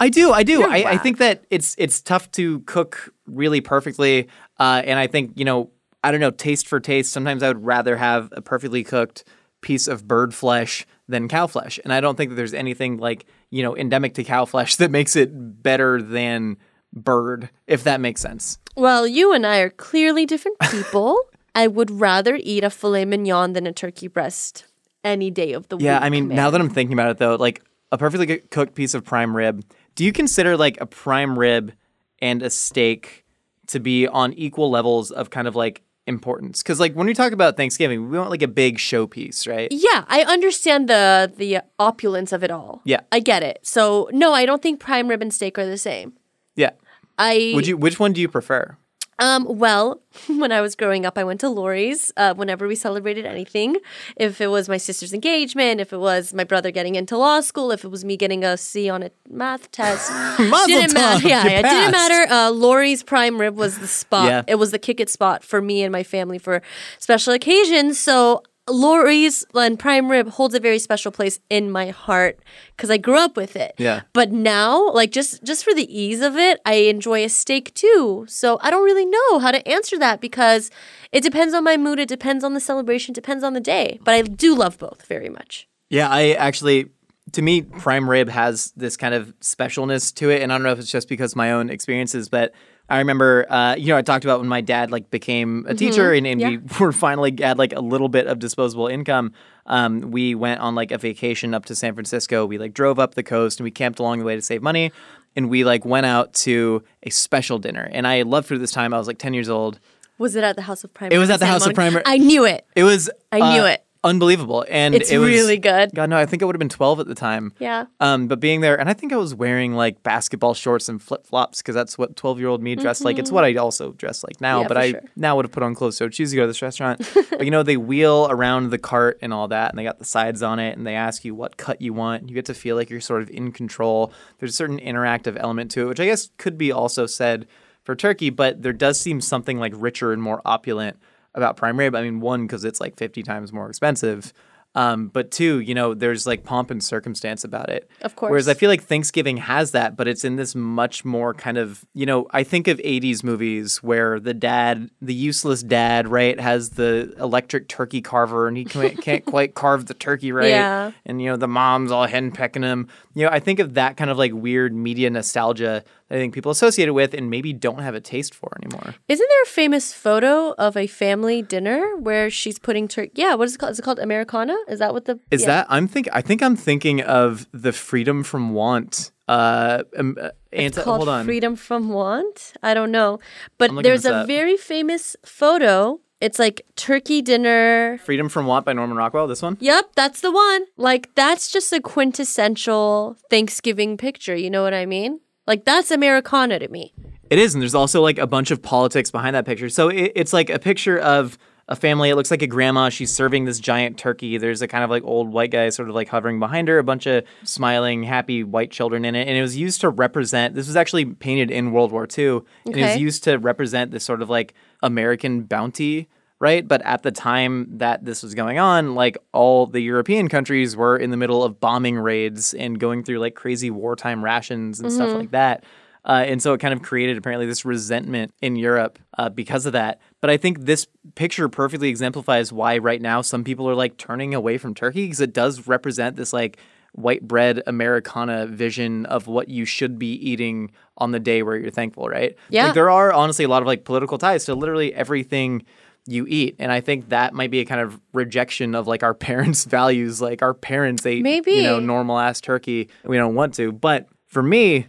Speaker 3: I do, I do. I, I think that it's it's tough to cook really perfectly, uh, and I think you know, I don't know, taste for taste. Sometimes I would rather have a perfectly cooked piece of bird flesh than cow flesh, and I don't think that there's anything like you know endemic to cow flesh <laughs> that makes it better than bird, if that makes sense.
Speaker 4: Well, you and I are clearly different people. <laughs> I would rather eat a filet mignon than a turkey breast any day of the week.
Speaker 3: Yeah, I mean,
Speaker 4: man.
Speaker 3: now that I'm thinking about it, though, like a perfectly good cooked piece of prime rib. Do you consider like a prime rib and a steak to be on equal levels of kind of like importance? Because like when we talk about Thanksgiving, we want like a big showpiece, right?
Speaker 4: Yeah, I understand the the opulence of it all.
Speaker 3: Yeah.
Speaker 4: I get it. So no, I don't think prime rib and steak are the same.
Speaker 3: Yeah.
Speaker 4: I
Speaker 3: Would you? Which one do you prefer?
Speaker 4: Um, well, <laughs> when I was growing up, I went to Lori's uh, whenever we celebrated anything. If it was my sister's engagement, if it was my brother getting into law school, if it was me getting a C on a math test,
Speaker 3: <laughs> Mazel
Speaker 4: didn't
Speaker 3: tov,
Speaker 4: matter. Yeah,
Speaker 3: you
Speaker 4: yeah, it didn't
Speaker 3: passed.
Speaker 4: matter. Uh, Lori's prime rib was the spot.
Speaker 3: Yeah.
Speaker 4: It was the kick it spot for me and my family for special occasions. So Lori's and prime rib holds a very special place in my heart because I grew up with it.
Speaker 3: Yeah.
Speaker 4: But now, like just just for the ease of it, I enjoy a steak too. So I don't really know how to answer that because it depends on my mood, it depends on the celebration, depends on the day. But I do love both very much.
Speaker 3: Yeah, I actually, to me, prime rib has this kind of specialness to it, and I don't know if it's just because of my own experiences, but I remember, uh, you know, I talked about when my dad like became a teacher, and, and we <laughs> were finally had like a little bit of disposable income. Um, we went on like a vacation up to San Francisco. We like drove up the coast and we camped along the way to save money, and we like went out to a special dinner. And I loved food at this time. I was like ten years old.
Speaker 4: Was it at the House of Prime?
Speaker 3: It was at the House of Prime Rib-
Speaker 4: I knew it.
Speaker 3: It was
Speaker 4: I knew
Speaker 3: uh,
Speaker 4: it.
Speaker 3: Unbelievable. And
Speaker 4: It's
Speaker 3: it was,
Speaker 4: really good.
Speaker 3: God no, I think I would have been twelve at the time.
Speaker 4: Yeah.
Speaker 3: Um, but being there and I think I was wearing like basketball shorts and flip flops because that's what twelve year old me dressed like. It's what I also dress like now,
Speaker 4: Mm-hmm. Yeah,
Speaker 3: but
Speaker 4: for
Speaker 3: I
Speaker 4: sure.
Speaker 3: <laughs> now would have put on clothes so choose to go to this restaurant. but you know, they wheel around the cart and all that and they got the sides on it and they ask you what cut you want. You get to feel like you're sort of in control. There's a certain interactive element to it, which I guess could be also said for turkey, but there does seem something like richer and more opulent about prime rib. I mean, one, because it's like 50 times more expensive. Um, but two, you know, there's like pomp and circumstance about it.
Speaker 4: Of course.
Speaker 3: Whereas I feel like Thanksgiving has that, but it's in this much more kind of, you know, I think of 80s movies where the dad, the useless dad, right, has the electric turkey carver and he
Speaker 4: <laughs>
Speaker 3: can't, can't quite carve the turkey right.
Speaker 4: Yeah.
Speaker 3: And, you know, the mom's all henpecking him. You know, I think of that kind of like weird media nostalgia that I think people associate it with and maybe don't have a taste for anymore.
Speaker 4: Isn't there a famous photo of a family dinner where she's putting turkey? Yeah, what is it called? Is it called Americana? Is that what the
Speaker 3: Is
Speaker 4: yeah.
Speaker 3: that I'm think I think I'm thinking of the freedom from want. Uh, um, uh, anti-
Speaker 4: called
Speaker 3: hold on.
Speaker 4: Freedom from Want? I don't know, but
Speaker 3: looking
Speaker 4: there's
Speaker 3: this
Speaker 4: a
Speaker 3: up.
Speaker 4: very famous photo. It's like turkey dinner.
Speaker 3: freedom from want by Norman Rockwell. This one.
Speaker 4: Yep, that's the one. Like that's just a quintessential Thanksgiving picture. You know what I mean? Like that's Americana to me.
Speaker 3: It is, and there's also like a bunch of politics behind that picture. So it, it's like a picture of a family. It looks like a grandma. She's serving this giant turkey. There's a kind of like old white guy sort of like hovering behind her, a bunch of smiling, happy white children in it. And it was used to represent this was actually painted in World War II. And it was
Speaker 4: Okay.
Speaker 3: used to represent this sort of like American bounty. Right. But at the time that this was going on, like all the European countries were in the middle of bombing raids and going through like crazy wartime rations and stuff like that. Uh, and so it kind of created apparently this resentment in Europe uh, because of that. But I think this picture perfectly exemplifies why right now some people are like turning away from turkey because it does represent this like white bread Americana vision of what you should be eating on the day where you're thankful, right?
Speaker 4: Yeah.
Speaker 3: Like, there are honestly a lot of like political ties to literally everything you eat. And I think that might be a kind of rejection of like our <laughs> parents' values. Like our parents ate you know
Speaker 4: Maybe.
Speaker 3: normal ass turkey. We don't want to. But for me,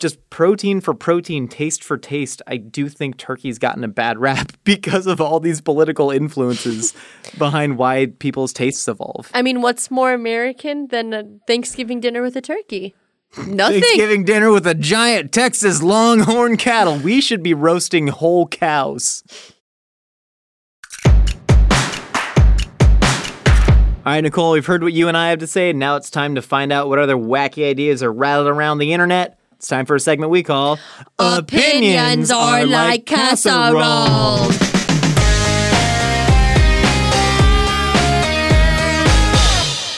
Speaker 3: just protein for protein, taste for taste, I do think turkey's gotten a bad rap <laughs> because of all these political influences behind why people's tastes evolve.
Speaker 4: I mean, what's more American than a Thanksgiving dinner with
Speaker 3: <laughs>
Speaker 4: a turkey? Nothing.
Speaker 3: Thanksgiving dinner with a giant Texas longhorn cattle. We should be roasting whole cows. All right, Nicole, we've heard what you and I have to say. Now it's time to find out what other wacky ideas are rattled around the internet. It's time for a segment we call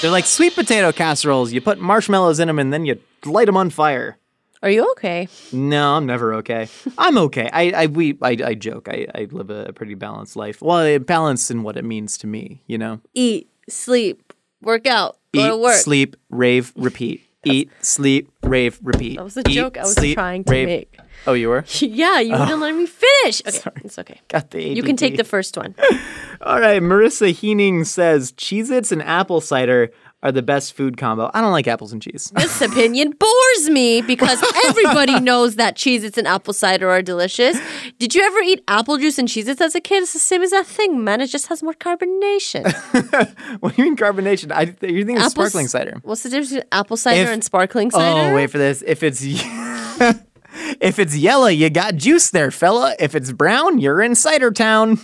Speaker 3: They're like sweet potato casseroles. You put marshmallows in them and then you light them on fire.
Speaker 4: Are you okay?
Speaker 3: No, I'm never okay. I'm okay. I I we I, I joke. I, I live a pretty balanced life. Well, I balance in what it means to me, you know.
Speaker 4: Eat, sleep, work out, go to
Speaker 3: Eat,
Speaker 4: work.
Speaker 3: sleep, rave,
Speaker 4: <laughs>
Speaker 3: repeat. Eat, sleep, rave, repeat. That
Speaker 4: was a joke I was trying to make.
Speaker 3: Oh, you were?
Speaker 4: <laughs> Yeah, you wouldn't let me <laughs> finish. Okay, it's okay.
Speaker 3: Got the
Speaker 4: You can take
Speaker 3: ADD.
Speaker 4: the first one.
Speaker 3: All right, Marissa Heening says Cheez Its and apple cider are the best food combo. I don't like apples and cheese. <laughs>
Speaker 4: This opinion bores me because everybody knows that Cheez Its and apple cider are delicious. Did you ever eat apple juice and Cheez Its as a kid? It's the same as that thing, man. It just has
Speaker 3: <laughs>
Speaker 4: more carbonation.
Speaker 3: what do you mean carbonation? I, you're thinking
Speaker 4: Apple
Speaker 3: sparkling
Speaker 4: s-
Speaker 3: cider.
Speaker 4: What's the difference between apple cider
Speaker 3: If-
Speaker 4: and sparkling cider?
Speaker 3: Oh, wait for this. If it's <laughs> if it's yellow, you got juice there, fella. If it's brown, you're in cider town.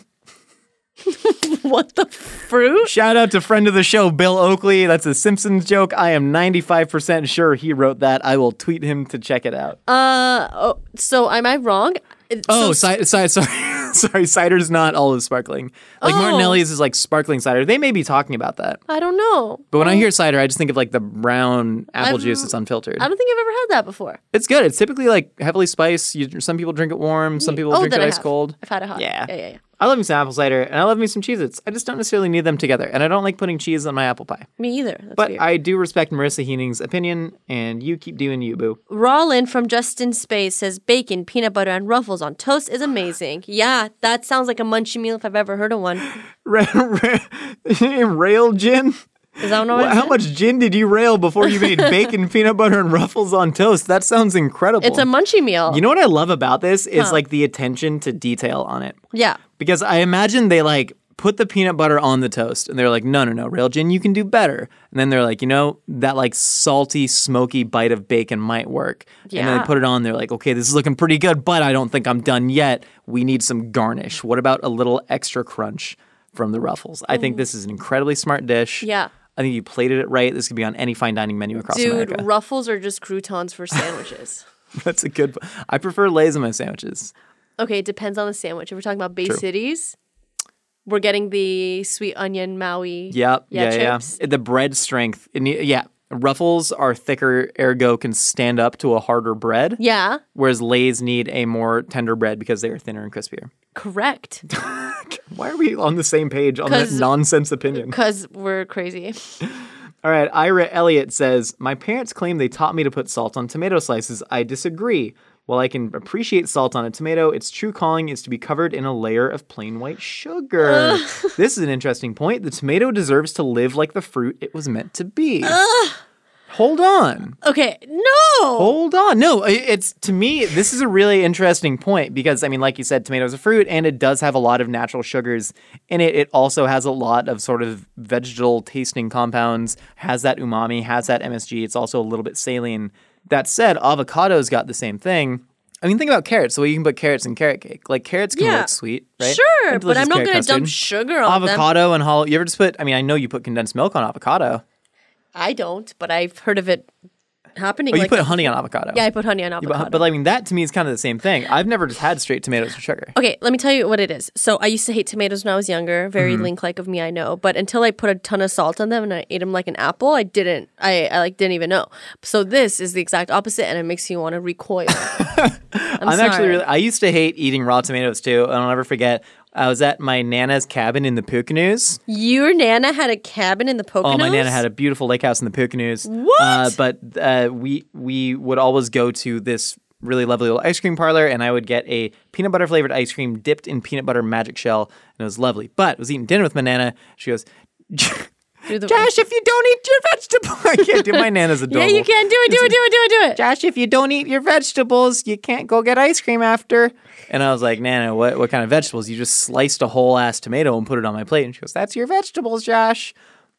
Speaker 4: What the fruit?
Speaker 3: Shout out to friend of the show, Bill Oakley. That's a Simpsons joke. I am 95% sure he wrote that. I will tweet him to check it out.
Speaker 4: Uh, oh, so am I wrong? So-
Speaker 3: oh, cider, sorry, <laughs> sorry, cider's not all of sparkling. Like
Speaker 4: Oh.
Speaker 3: Martinelli's is like sparkling cider. They may be talking about that.
Speaker 4: I don't know.
Speaker 3: But when I hear cider, I just think of like the brown apple
Speaker 4: I've-
Speaker 3: juice that's unfiltered.
Speaker 4: I don't think I've ever had that before.
Speaker 3: It's good. It's typically like heavily spiced. You, some people drink it warm, some people
Speaker 4: oh,
Speaker 3: drink
Speaker 4: then
Speaker 3: it
Speaker 4: I
Speaker 3: ice
Speaker 4: have.
Speaker 3: cold.
Speaker 4: I've had it hot.
Speaker 3: Yeah.
Speaker 4: Yeah, yeah, yeah.
Speaker 3: I love me some apple cider and I love me some Cheez Its. I just don't necessarily need them together. And I don't like putting cheese on my apple pie.
Speaker 4: Me either. That's
Speaker 3: But
Speaker 4: weird.
Speaker 3: I do respect Marissa Heening's opinion, and you keep doing you, boo.
Speaker 4: Rollin from Justin Space says bacon, peanut butter, and ruffles on toast
Speaker 3: <gasps>
Speaker 4: is amazing. Yeah, that sounds like a munchy meal if I've ever heard of one.
Speaker 3: Ra- ra- <laughs> rail gin?
Speaker 4: Is that what
Speaker 3: Wha-
Speaker 4: it
Speaker 3: How
Speaker 4: is?
Speaker 3: much gin did you rail before you
Speaker 4: <laughs>
Speaker 3: made bacon, peanut butter, and ruffles on toast? That sounds incredible.
Speaker 4: It's a munchy meal.
Speaker 3: you know what I love about this is like the attention to detail on it.
Speaker 4: yeah.
Speaker 3: Because I imagine they like put the peanut butter on the toast and they're like, no, no, no, rail gin, you can do better. And then they're like, you know, that like salty, smoky bite of bacon might work. And then
Speaker 4: Yeah.
Speaker 3: they put it on, they're like, okay, this is looking pretty good, but I don't think I'm done yet. We need some garnish. What about a little extra crunch from the ruffles? I think this is an incredibly smart dish.
Speaker 4: Yeah.
Speaker 3: I think you plated it right. This could be on any fine dining menu across
Speaker 4: Dude,
Speaker 3: America.
Speaker 4: ruffles are just croutons for sandwiches.
Speaker 3: <laughs> That's a good. I prefer Lay's in my sandwiches.
Speaker 4: okay, it depends on the sandwich. If we're talking about Bay Cities, we're getting the sweet onion Maui.
Speaker 3: Yep. Yeah. Yeah.
Speaker 4: chips.
Speaker 3: The bread strength. it nee- yeah. Ruffles are thicker, ergo can stand up to a harder bread.
Speaker 4: Yeah,
Speaker 3: Whereas Lay's need a more tender bread because they are thinner and crispier. <laughs>
Speaker 4: correct.
Speaker 3: Why are we on the same page on that
Speaker 4: 'Cause-
Speaker 3: nonsense opinion?
Speaker 4: Because we're crazy.
Speaker 3: All right. Ira Elliott says My parents claim they taught me to put salt on tomato slices. I disagree. While I can appreciate salt on a tomato, its true calling is to be covered in a layer of plain white sugar. <laughs> this is an interesting point. The tomato deserves to live like the fruit it was meant to be. Hold on.
Speaker 4: <laughs> Okay, no.
Speaker 3: Hold on. No, i- it's to me, this is a really interesting point because, I mean, like you said, tomatoes a fruit and it does have a lot of natural sugars in it. It also has a lot of sort of vegetal tasting compounds, has that umami, has that MSG. It's also a little bit saline. That said, avocados got the same thing. I mean, think about carrots. The way you can put carrots in carrot cake. Like carrots can
Speaker 4: Yeah.
Speaker 3: look sweet, right?
Speaker 4: Sure,
Speaker 3: And
Speaker 4: but
Speaker 3: delicious
Speaker 4: I'm not
Speaker 3: carrot
Speaker 4: gonna dump
Speaker 3: custard.
Speaker 4: sugar on them.
Speaker 3: avocado and hollow. You ever just put? I mean, I know you put condensed milk on avocado.
Speaker 4: I don't, but I've heard of it happening.
Speaker 3: Oh, you
Speaker 4: like-
Speaker 3: put honey on avocado.
Speaker 4: yeah, I put honey on
Speaker 3: But-
Speaker 4: avocado.
Speaker 3: But, I mean, that to me is kind of the same thing. I've never just had straight tomatoes with sugar.
Speaker 4: Okay, let me tell you what it is. So I used to hate tomatoes when I was younger. Very
Speaker 3: Mm-hmm.
Speaker 4: link-like of me, I know. But until I put a ton of salt on them and I ate them like an apple, I didn't. I, I like didn't even know. So this is the exact opposite, and it makes you want
Speaker 3: <laughs>
Speaker 4: to recoil.
Speaker 3: I'm, actually
Speaker 4: sorry.
Speaker 3: really. I used to hate eating raw tomatoes too, and I'll never forget. I was at my nana's cabin in the Poconos.
Speaker 4: Your nana had a cabin in the Poconos.
Speaker 3: Oh, my nana had a beautiful lake house in the Poconos.
Speaker 4: What?
Speaker 3: Uh, but uh, we we would always go to this really lovely little ice cream parlor, and I would get a peanut butter flavored ice cream dipped in peanut butter magic shell, and it was lovely. But I was eating dinner with my nana. She goes. <laughs>
Speaker 4: Do the-
Speaker 3: Josh, if you don't eat your vegetable, <laughs> I can't do my nana's
Speaker 4: Yeah,
Speaker 3: adorable.
Speaker 4: you can do it. Do it. Do it. Do it. Do it.
Speaker 3: Josh, if you don't eat your vegetables, you can't go get ice cream after. And I was like, Nana, what, what kind of vegetables? You just sliced a whole ass tomato and put it on my plate. And she goes, That's your vegetables, Josh.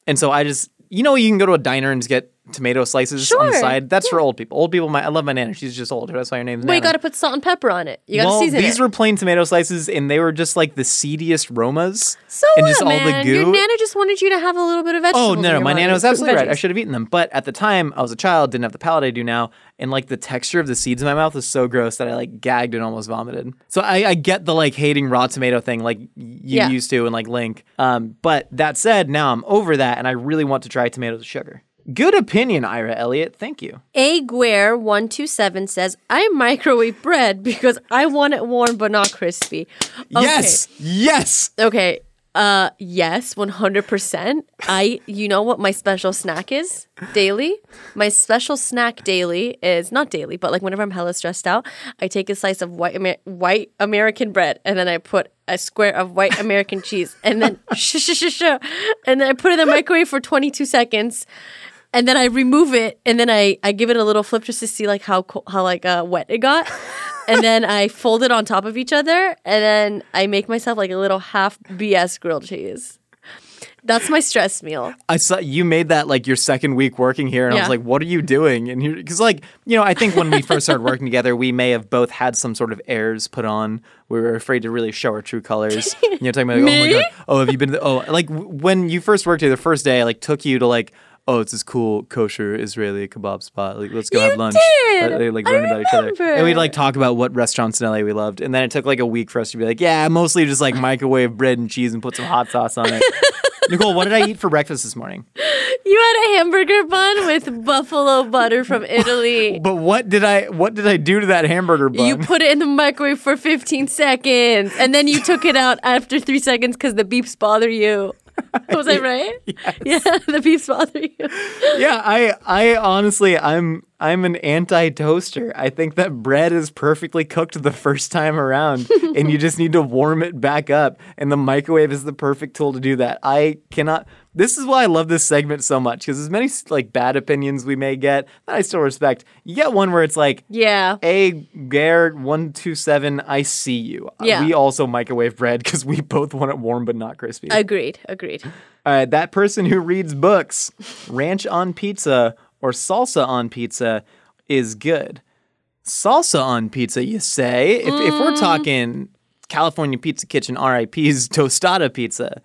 Speaker 3: And so I just, you know, you can go to a diner and just get tomato slices on the
Speaker 4: Sure,
Speaker 3: side. That's for old people. Old people, my, I love my Nana. She's just old. That's why her name's
Speaker 4: Well, you
Speaker 3: Nana.
Speaker 4: got to put salt and pepper on it. You got to
Speaker 3: well,
Speaker 4: season
Speaker 3: these
Speaker 4: it.
Speaker 3: were plain tomato slices, and they were just like the seediest romas,
Speaker 4: so
Speaker 3: and
Speaker 4: what,
Speaker 3: just all
Speaker 4: man?
Speaker 3: the goo.
Speaker 4: Your nana just wanted you to have a little bit of vegetables.
Speaker 3: Oh no,
Speaker 4: in
Speaker 3: no,
Speaker 4: your
Speaker 3: my
Speaker 4: body.
Speaker 3: nana was
Speaker 4: Fruit and
Speaker 3: absolutely right. I
Speaker 4: veggies.
Speaker 3: should have eaten them, but at the time I was a child, didn't have the palate I do now, and like the texture of the seeds in my mouth was so gross that I like gagged and almost vomited. So I, I get the like hating raw tomato thing, like y- you
Speaker 4: Yeah.
Speaker 3: used to, and like Link. Um, but that said, now I'm over that, and I really want to try tomatoes with sugar. Good opinion, Ira Elliott. Thank you.
Speaker 4: Aguare127 says, I microwave bread because I want it warm but not crispy. Okay.
Speaker 3: Yes, yes.
Speaker 4: Okay. Uh, yes, 100%. I, you know what my special snack is daily? My special snack daily is not daily, but like whenever I'm hella stressed out, I take a slice of white, Amer- white American bread and then I put a square of white American cheese and then <laughs> sh- sh- sh- sh- and then I put it in the microwave for 22 seconds and then I remove it, and then I, I give it a little flip just to see like how co- how like uh, wet
Speaker 3: <laughs>
Speaker 4: it got, and then I fold it on top of each other, and then I make myself like a little half BS grilled cheese. That's my stress meal.
Speaker 3: I saw you made that like your second week working here, and I was
Speaker 4: Yeah.
Speaker 3: like, "What are you doing?" And because like you know, I think when we first started working together, we may have both had some sort of airs put on. We were afraid to really show our true
Speaker 4: <laughs>
Speaker 3: colors. You know, talking about like, oh my
Speaker 4: Me?
Speaker 3: god, oh have you been? To the, oh, like w- when you first worked here, the first day, I like took you to like. Oh, it's this cool kosher Israeli kebab spot. Like, let's go have lunch.
Speaker 4: did!
Speaker 3: Let- they, like
Speaker 4: I
Speaker 3: learn about each other, and we'd
Speaker 4: remember.
Speaker 3: like talk about what restaurants in LA we loved. And then it took like a week for us to be like, yeah, mostly just like microwave bread and cheese and put some hot sauce
Speaker 4: <laughs>
Speaker 3: on it. Nicole, what did I eat for breakfast this morning?
Speaker 4: You had a hamburger bun with buffalo
Speaker 3: <laughs>
Speaker 4: butter from Italy.
Speaker 3: But what did I what did I do to that hamburger bun?
Speaker 4: You put it in the microwave for 15 seconds, and then you took it out after three seconds because the beeps bother
Speaker 3: <laughs>
Speaker 4: you. Was I right? <laughs> Yeah, the beeps bother you.
Speaker 3: yeah, I I honestly I'm I'm an anti toaster. I think that bread is perfectly cooked the first time around and you just need to warm it back up and the microwave is the perfect tool to do that. I cannot this is why I love this segment so much because as many like bad opinions we may get that I still respect, you get one where it's like
Speaker 4: Yeah.
Speaker 3: A Garrett one two seven, I see you.
Speaker 4: Yeah.
Speaker 3: We also microwave bread because we both want it warm but not crispy.
Speaker 4: Agreed. Agreed.
Speaker 3: All right, Uh, that person who reads books, ranch on pizza or salsa on pizza is good. Salsa on pizza, you say? If, if
Speaker 4: Mm.
Speaker 3: we're talking California Pizza Kitchen RIP's <laughs> tostada pizza,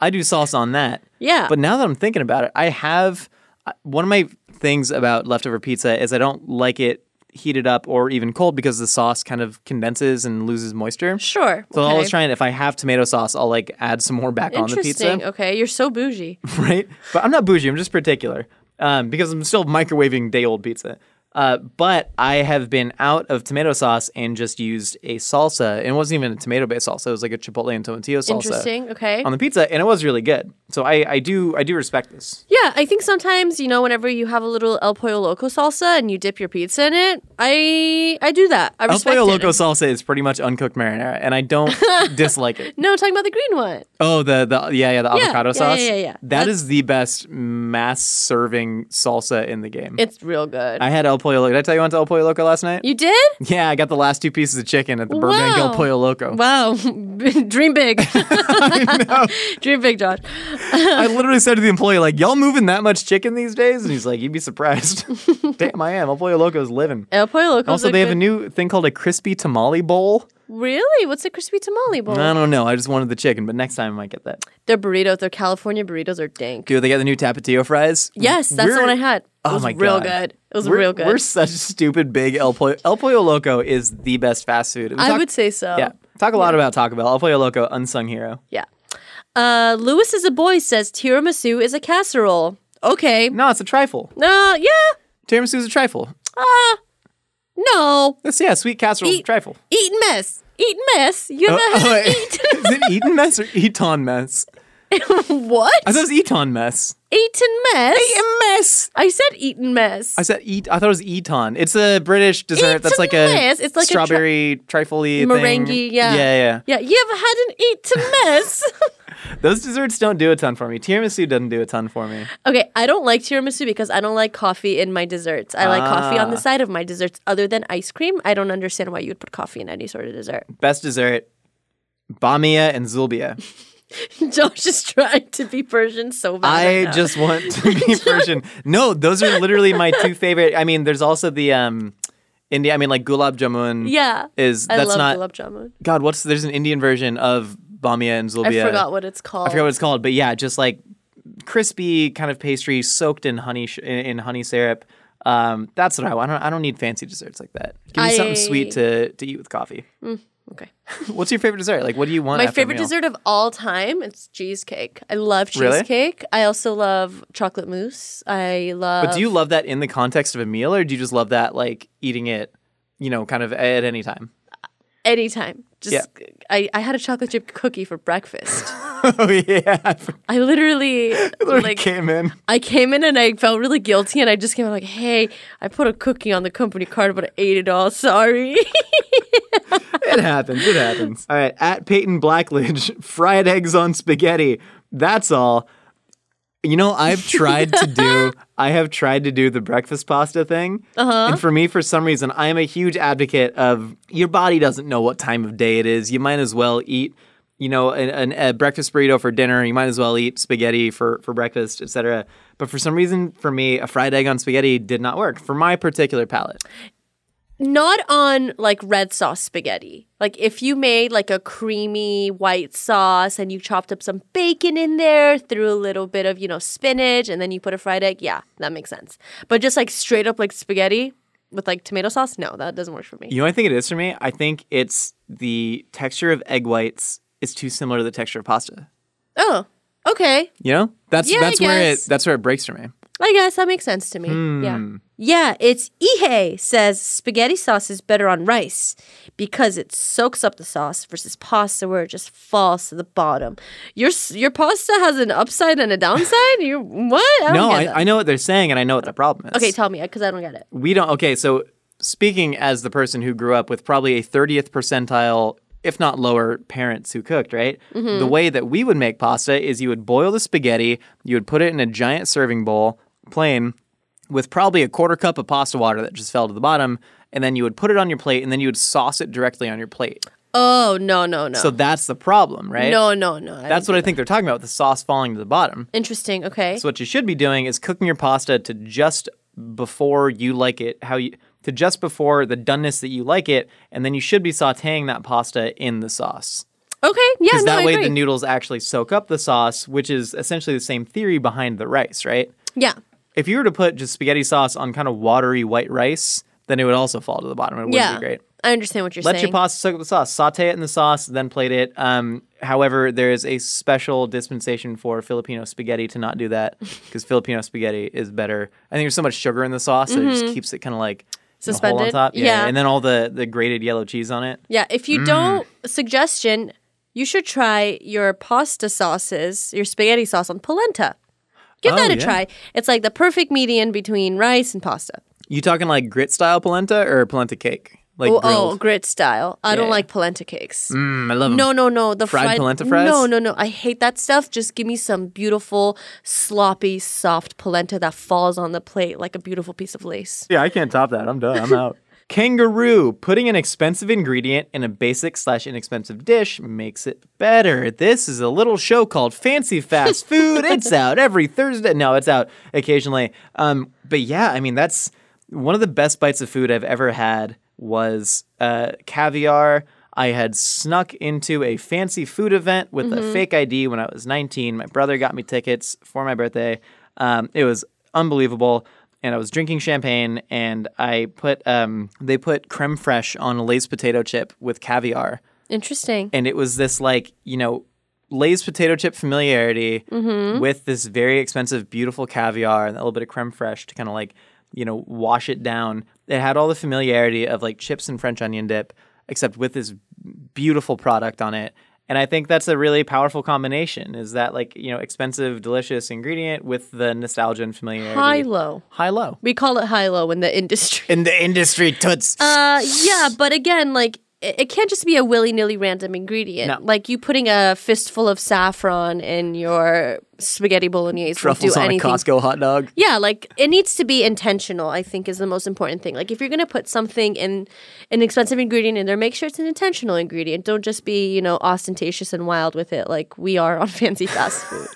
Speaker 3: I do salsa on that.
Speaker 4: Yeah.
Speaker 3: But now that I'm thinking about it, I have I- one of my things about leftover pizza is I don't like it heated up or even cold because the sauce kind of condenses and loses moisture.
Speaker 4: Sure.
Speaker 3: So I'll
Speaker 4: okay.
Speaker 3: always try and if I have tomato sauce, I'll like add some more back on the pizza
Speaker 4: Interesting. Okay, you're so bougie.
Speaker 3: right? But I'm not bougie. I'm just particular um, because I'm still microwaving day old pizza. Uh, but I have been out of tomato sauce and just used a salsa. And it wasn't even a tomato based salsa, it was like a chipotle and tomatillo <laughs> salsa.
Speaker 4: Interesting. Okay.
Speaker 3: On the pizza, and it was really good. So I, I do I do respect this.
Speaker 4: Yeah, I think sometimes you know whenever you have a little El Pollo Loco salsa and you dip your pizza in it, I I do that. I
Speaker 3: El
Speaker 4: respect
Speaker 3: Pollo
Speaker 4: it.
Speaker 3: Loco salsa is pretty much uncooked marinara, and I
Speaker 4: <laughs>
Speaker 3: don't dislike it.
Speaker 4: No, talking about the green one.
Speaker 3: Oh, the the yeah yeah the avocado
Speaker 4: yeah,
Speaker 3: sauce.
Speaker 4: yeah, yeah.
Speaker 3: That is the best mass serving salsa in the game.
Speaker 4: It's real good.
Speaker 3: I had El Pollo Loco. Did I tell you I went to El Pollo Loco last night? <laughs>
Speaker 4: you did?
Speaker 3: yeah, I got the last two pieces of chicken at the Burbank El
Speaker 4: Wow.
Speaker 3: Pollo Loco. <laughs>
Speaker 4: Wow, <laughs> dream big. dream big, Josh.
Speaker 3: I literally said to the employee, like, y'all moving that much chicken these days? And he's like, you'd be
Speaker 4: <laughs>
Speaker 3: surprised. Damn, I am. El Pollo Loco's living.
Speaker 4: El Pollo Loco.
Speaker 3: Also, they have a new thing called a crispy tamale bowl.
Speaker 4: Really? What's a crispy tamale bowl?
Speaker 3: I don't know. I just wanted the chicken, but next time I might get that.
Speaker 4: Their burritos, their California burritos are dank.
Speaker 3: Dude, they got the new tapatio fries.
Speaker 4: Yes, that's
Speaker 3: We're-
Speaker 4: the one I had. It
Speaker 3: Oh
Speaker 4: was
Speaker 3: my
Speaker 4: real
Speaker 3: God.
Speaker 4: good. It was
Speaker 3: we're,
Speaker 4: real good.
Speaker 3: We're such stupid big El Pollo. El Pollo Loco is the best fast food. We
Speaker 4: I
Speaker 3: talk-
Speaker 4: would say so.
Speaker 3: Yeah. Talk a lot about Taco Bell. El Pollo Loco, unsung hero.
Speaker 4: Yeah. Uh, Lewis is a boy says tiramisu is a casserole. Okay.
Speaker 3: No, it's a trifle.
Speaker 4: Uh, yeah.
Speaker 3: Tiramisu is a trifle.
Speaker 4: Uh, no.
Speaker 3: That's, yeah, sweet casserole is a
Speaker 4: Eat-
Speaker 3: trifle.
Speaker 4: Eat and mess. Eat and mess. You ever
Speaker 3: Oh, <laughs>
Speaker 4: had
Speaker 3: wait.
Speaker 4: eat?
Speaker 3: is it Eaton mess or Eton mess?
Speaker 4: <laughs> what?
Speaker 3: I thought it was Eton mess.
Speaker 4: Eat and mess.
Speaker 3: mess.
Speaker 4: I said eat and mess.
Speaker 3: I said eat. I thought it was Eton. It's a British dessert
Speaker 4: Eton
Speaker 3: that's like a
Speaker 4: mess. It's like a tri-
Speaker 3: strawberry trifle-y thing.
Speaker 4: Meringue, yeah.
Speaker 3: yeah,
Speaker 4: yeah, you ever had an eat and mess? <laughs>
Speaker 3: yeah. Those desserts don't do a ton for me. Tiramisu doesn't do a ton for me.
Speaker 4: okay, I don't like tiramisu because I don't like coffee in my desserts. I like coffee on the
Speaker 3: Ah.
Speaker 4: side of my desserts. Other than ice cream, I don't understand why you would put coffee in any sort of dessert. <laughs>
Speaker 3: Best dessert, bamia and zulbia.
Speaker 4: Josh is trying to be Persian so bad. right
Speaker 3: I
Speaker 4: now.
Speaker 3: just want
Speaker 4: <laughs>
Speaker 3: to be Persian. No, those are literally my two favorite. I mean, there's also the um India. I mean, like gulab jamun.
Speaker 4: yeah.
Speaker 3: is
Speaker 4: I
Speaker 3: that's
Speaker 4: love
Speaker 3: not
Speaker 4: gulab jamun.
Speaker 3: God? What's there's an Indian version of bamia and
Speaker 4: I
Speaker 3: zulbia.
Speaker 4: forgot what it's called.
Speaker 3: I forgot what it's called, but yeah, just like crispy kind of pastry soaked in honey sh- in, in honey syrup. Um, that's what I want. I don't, I don't need fancy desserts like that. Give me
Speaker 4: I-
Speaker 3: something sweet to to eat with coffee. <laughs>
Speaker 4: okay.
Speaker 3: What's your favorite dessert? Like, what do you want?
Speaker 4: My
Speaker 3: after a
Speaker 4: favorite
Speaker 3: meal?
Speaker 4: dessert of all time it's cheesecake. I love
Speaker 3: Really?
Speaker 4: cheesecake. I also love chocolate mousse. I love.
Speaker 3: But do you love that in the context of a meal, or do you just love that like eating it, you know, kind of at any time? <laughs>
Speaker 4: anytime? Just I, I had a chocolate chip cookie for breakfast.
Speaker 3: oh yeah, I <laughs>
Speaker 4: I literally
Speaker 3: literally
Speaker 4: like
Speaker 3: came in.
Speaker 4: I came in and I felt really guilty, and I just came out like, "Hey, I put a cookie on the company card, but I ate it all. Sorry." <laughs>
Speaker 3: It happens. It happens. All right, at Peyton Blackledge, <laughs> fried eggs on spaghetti. That's all. You know, I've tried to <laughs> do. I have tried to do the breakfast pasta thing, uh-huh. and for me, for some reason, I am a huge advocate of your body doesn't know what time of day it is. You might as well eat, you know, an, an, a breakfast burrito for dinner. You might as well eat spaghetti for for breakfast, etc. But for some reason, for me, a fried egg on spaghetti did not work for my particular palate.
Speaker 4: not on like red sauce spaghetti. Like if you made like a creamy white sauce and you chopped up some bacon in there, threw a little bit of, you know, spinach and then you put a fried egg, yeah, that makes sense. But just like straight up like spaghetti with like tomato sauce, no, that doesn't work for me.
Speaker 3: You know what I think it is for me? I think it's the texture of egg whites is too similar to the texture of pasta.
Speaker 4: Oh, okay.
Speaker 3: You know? That's
Speaker 4: Yeah, I
Speaker 3: that's where it
Speaker 4: guess.
Speaker 3: that's where it breaks for me.
Speaker 4: I guess that makes sense to me.
Speaker 3: Hmm.
Speaker 4: Yeah. Yeah, it's Ihe says spaghetti sauce is better on rice because it soaks up the sauce versus pasta where it just falls to the bottom. Your s- your pasta has an upside and a downside? You what? I don't
Speaker 3: No,
Speaker 4: get that.
Speaker 3: I, I know what they're saying and I know what the problem is.
Speaker 4: okay, tell me cuz I don't get it.
Speaker 3: we don't okay, so speaking as the person who grew up with probably a 30th percentile if not lower parents who cooked, right? The way that we would make pasta is you would boil the spaghetti, you would put it in a giant serving bowl, plain, with probably a quarter cup of pasta water that just fell to the bottom, and then you would put it on your plate and then you would sauce it directly on your plate.
Speaker 4: Oh, no, no, no.
Speaker 3: So that's the problem, right?
Speaker 4: no, no, no. I
Speaker 3: That's
Speaker 4: don't
Speaker 3: what I
Speaker 4: get
Speaker 3: think they're talking about with the sauce falling to the bottom.
Speaker 4: that. Interesting. Okay.
Speaker 3: So what you should be doing is cooking your pasta to just before you like it, how you to just before the doneness that you like it, and then you should be sautéing that pasta in the sauce.
Speaker 4: okay. Yeah,
Speaker 3: Because
Speaker 4: no,
Speaker 3: that
Speaker 4: I
Speaker 3: way
Speaker 4: agree.
Speaker 3: the noodles actually soak up the sauce, which is essentially the same theory behind the rice, right?
Speaker 4: yeah.
Speaker 3: If you were to put just spaghetti sauce on kind of watery white rice, then it would also fall to the bottom. It wouldn't
Speaker 4: Yeah.
Speaker 3: be great.
Speaker 4: I understand what you're
Speaker 3: Let
Speaker 4: saying.
Speaker 3: your pasta soak up the sauce. Saute it in the sauce, then plate it. Um, However, there is a special dispensation for Filipino spaghetti to not do
Speaker 4: <laughs>
Speaker 3: that because Filipino spaghetti is better. I think there's so much sugar in the sauce that it just keeps it kind of like you know, whole
Speaker 4: Mm-hmm. Suspended?
Speaker 3: on top.
Speaker 4: Yeah.
Speaker 3: and then all the the grated yellow cheese on it.
Speaker 4: Yeah, if you don't suggestion, you should try your pasta sauces, your spaghetti sauce on polenta. Give
Speaker 3: Oh,
Speaker 4: that a
Speaker 3: yeah.
Speaker 4: try. It's like the perfect median between rice and pasta.
Speaker 3: You talking like grit style polenta or polenta cake? Like
Speaker 4: Oh, oh,
Speaker 3: grilled.
Speaker 4: grit style. I don't
Speaker 3: Yeah.
Speaker 4: like polenta cakes.
Speaker 3: Mm, I love 'em.
Speaker 4: No, no, no. The
Speaker 3: Fried polenta fries?
Speaker 4: No, no, no. I hate that stuff. Just give me some beautiful, sloppy, soft polenta that falls on the plate like a beautiful piece of lace.
Speaker 3: Yeah, I can't top that. I'm done. I'm out. Kangaroo. Putting an expensive ingredient in a basic slash inexpensive dish makes it better. This is a little show called Fancy Fast Food. it's out every Thursday. No, it's out occasionally. Um, but yeah, I mean that's one of the best bites of food I've ever had was uh, caviar. I had snuck into a fancy food event with a fake ID when I was 19. My brother got me tickets for my birthday. Um, it was unbelievable and I was drinking champagne, and I put um, they put creme fraiche on a Lay's potato chip with caviar,
Speaker 4: Interesting.
Speaker 3: and it was this like you know Lay's potato chip familiarity
Speaker 4: Mm-hmm.
Speaker 3: with this very expensive, beautiful caviar and a little bit of creme fraiche to kind of like you know wash it down. It had all the familiarity of like chips and French onion dip, except with this beautiful product on it. And I think that's a really powerful combination. Is that like you know expensive, delicious ingredient with the nostalgia and familiarity,
Speaker 4: High low.
Speaker 3: high low
Speaker 4: We call it high low in the <laughs> industry.
Speaker 3: in the industry toots.
Speaker 4: Uh, yeah, but again, like it, it can't just be a willy nilly random ingredient.
Speaker 3: No.
Speaker 4: Like you putting a fistful of saffron in your spaghetti bolognese will
Speaker 3: Truffles
Speaker 4: do
Speaker 3: on a
Speaker 4: anything.
Speaker 3: Costco hot dog.
Speaker 4: Yeah, like it needs to be intentional. I think is the most important thing. Like if you're gonna put something in an expensive ingredient in there, make sure it's an intentional ingredient. Don't just be you know ostentatious and wild with it, like we are on <laughs> fancy fast food.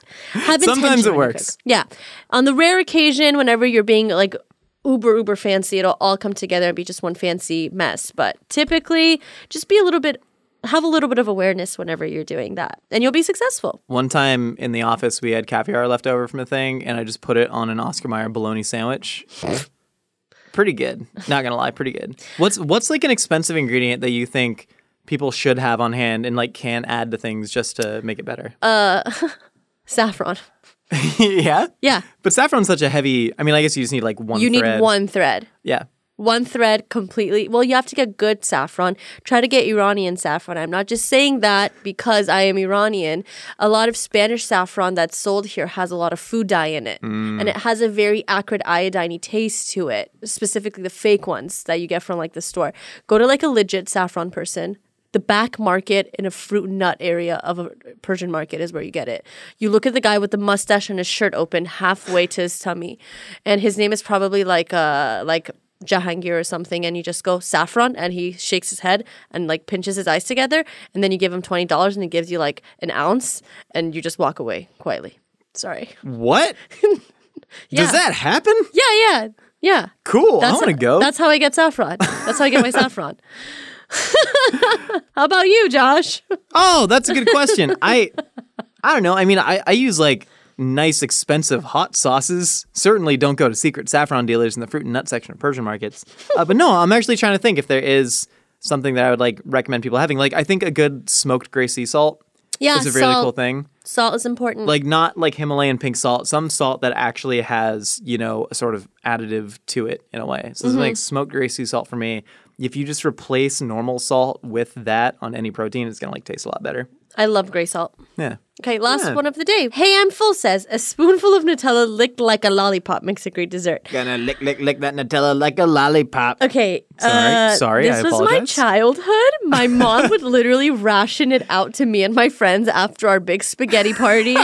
Speaker 3: Sometimes
Speaker 4: Have intention
Speaker 3: it
Speaker 4: when you
Speaker 3: works.
Speaker 4: cook. Yeah, on the rare occasion, whenever you're being like uber uber fancy, it'll all come together and be just one fancy mess. But typically, just be a little bit. Have a little bit of awareness whenever you're doing that, and you'll be successful.
Speaker 3: One time in the office, we had caviar left over from a thing, and I just put it on an Oscar Mayer bologna sandwich. pretty good. Not gonna lie, pretty good. What's what's like an expensive ingredient that you think people should have on hand and like can add to things just to make it better?
Speaker 4: Uh, Saffron,
Speaker 3: <laughs> yeah,
Speaker 4: yeah.
Speaker 3: but saffron's such a heavy. I mean, I guess you just need like one.
Speaker 4: You
Speaker 3: thread.
Speaker 4: need one thread.
Speaker 3: Yeah.
Speaker 4: one thread completely. Well, you have to get good saffron. Try to get Iranian saffron. I'm not just saying that because I am Iranian. A lot of Spanish saffron that's sold here has a lot of food dye in it, and it has a very acrid iodiney taste to it. Specifically, the fake ones that you get from like the store. Go to like a legit saffron person. The back market in a fruit and nut area of a Persian market is where you get it. You look at the guy with the mustache and his shirt open halfway to his tummy, and his name is probably like uh like Jahangir or something and you just go saffron and he shakes his head and like pinches his eyes together and then you give him $20 and he gives you like an ounce and you just walk away quietly. Sorry.
Speaker 3: Mm. What?
Speaker 4: <laughs> Yeah.
Speaker 3: Does that happen?
Speaker 4: Yeah, yeah. Yeah.
Speaker 3: Cool. I
Speaker 4: That's-
Speaker 3: want to go.
Speaker 4: That's how I get saffron. That's how I
Speaker 3: <laughs>
Speaker 4: get my saffron. <laughs> how about you, Josh?
Speaker 3: Oh, that's a good question. <laughs> I I don't know. I mean, I, I use like nice expensive hot sauces. Certainly don't go to secret saffron dealers in the fruit and nut section of Persian markets. Uh, but no, I'm actually trying to think if there is something that I would like recommend people having. Like I think a good smoked gray sea salt
Speaker 4: Yeah,
Speaker 3: is a
Speaker 4: salt.
Speaker 3: really cool thing.
Speaker 4: Salt is important.
Speaker 3: Like not like Himalayan pink salt, some salt that actually has, you know, a sort of additive to it in a way. So something
Speaker 4: Mm-hmm.
Speaker 3: like smoked gray sea salt for me. If you just replace normal salt with that on any protein, it's gonna like taste a lot better.
Speaker 4: I love gray salt.
Speaker 3: Yeah.
Speaker 4: Okay, last
Speaker 3: Yeah.
Speaker 4: one of the day. Hey, I'm full says a spoonful of Nutella licked like a lollipop makes a great dessert.
Speaker 3: Gonna lick, lick, lick that Nutella like a lollipop.
Speaker 4: Okay.
Speaker 3: Sorry,
Speaker 4: uh,
Speaker 3: sorry,
Speaker 4: This
Speaker 3: I
Speaker 4: was my
Speaker 3: apologize.
Speaker 4: childhood.
Speaker 3: <laughs>
Speaker 4: My mom would literally ration it out to me and my friends after our big
Speaker 3: <laughs>
Speaker 4: spaghetti party <laughs>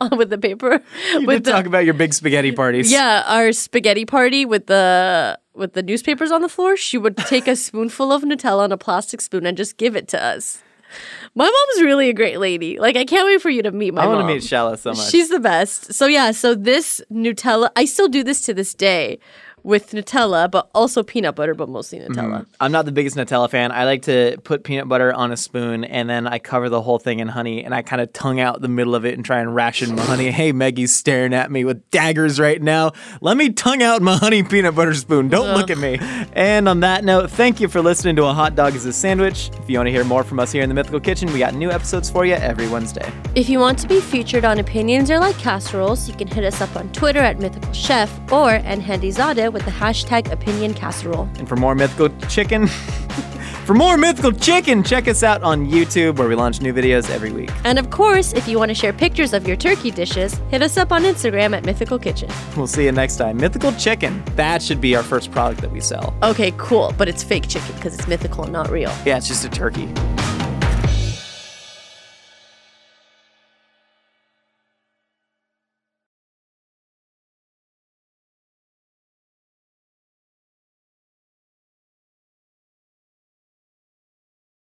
Speaker 4: Uh, with the paper.
Speaker 3: You
Speaker 4: with
Speaker 3: did
Speaker 4: the,
Speaker 3: talk about your big spaghetti parties.
Speaker 4: yeah, our spaghetti party with the with the newspapers on the floor. She would take a <laughs> spoonful of Nutella on a plastic spoon and just give it to us. My mom's really a great lady. Like I can't wait for you to meet my
Speaker 3: I
Speaker 4: mom.
Speaker 3: want to meet Shallow so much.
Speaker 4: She's the best. So yeah, so this Nutella, I still do this to this day, with Nutella, but also peanut butter, but mostly
Speaker 3: Mm-hmm.
Speaker 4: Nutella.
Speaker 3: I'm not the biggest Nutella fan. I like to put peanut butter on a spoon and then I cover the whole thing in honey and I kind of tongue out the middle of it and try and ration my honey. Hey, Maggie's staring at me with daggers right now. Let me tongue out my honey peanut butter spoon. Don't look at me. And on that note, thank you for listening to A Hot Dog is a Sandwich. If you want to hear more from us here in the Mythical Kitchen, we got new episodes for you every Wednesday.
Speaker 4: If you want to be featured on Opinions or Like Casseroles, you can hit us up on Twitter at Mythical Chef or Zada with the hashtag Opinion Casserole.
Speaker 3: And for more mythical chicken, <laughs> for more mythical chicken, check us out on YouTube where we launch new videos every week.
Speaker 4: And of course, if you want to share pictures of your turkey dishes, hit us up on Instagram at Mythical Kitchen.
Speaker 3: We'll see you next time. Mythical chicken. That should be our first product that we sell.
Speaker 4: Okay, cool, but it's fake chicken because it's mythical and not real.
Speaker 3: Yeah, it's just a turkey.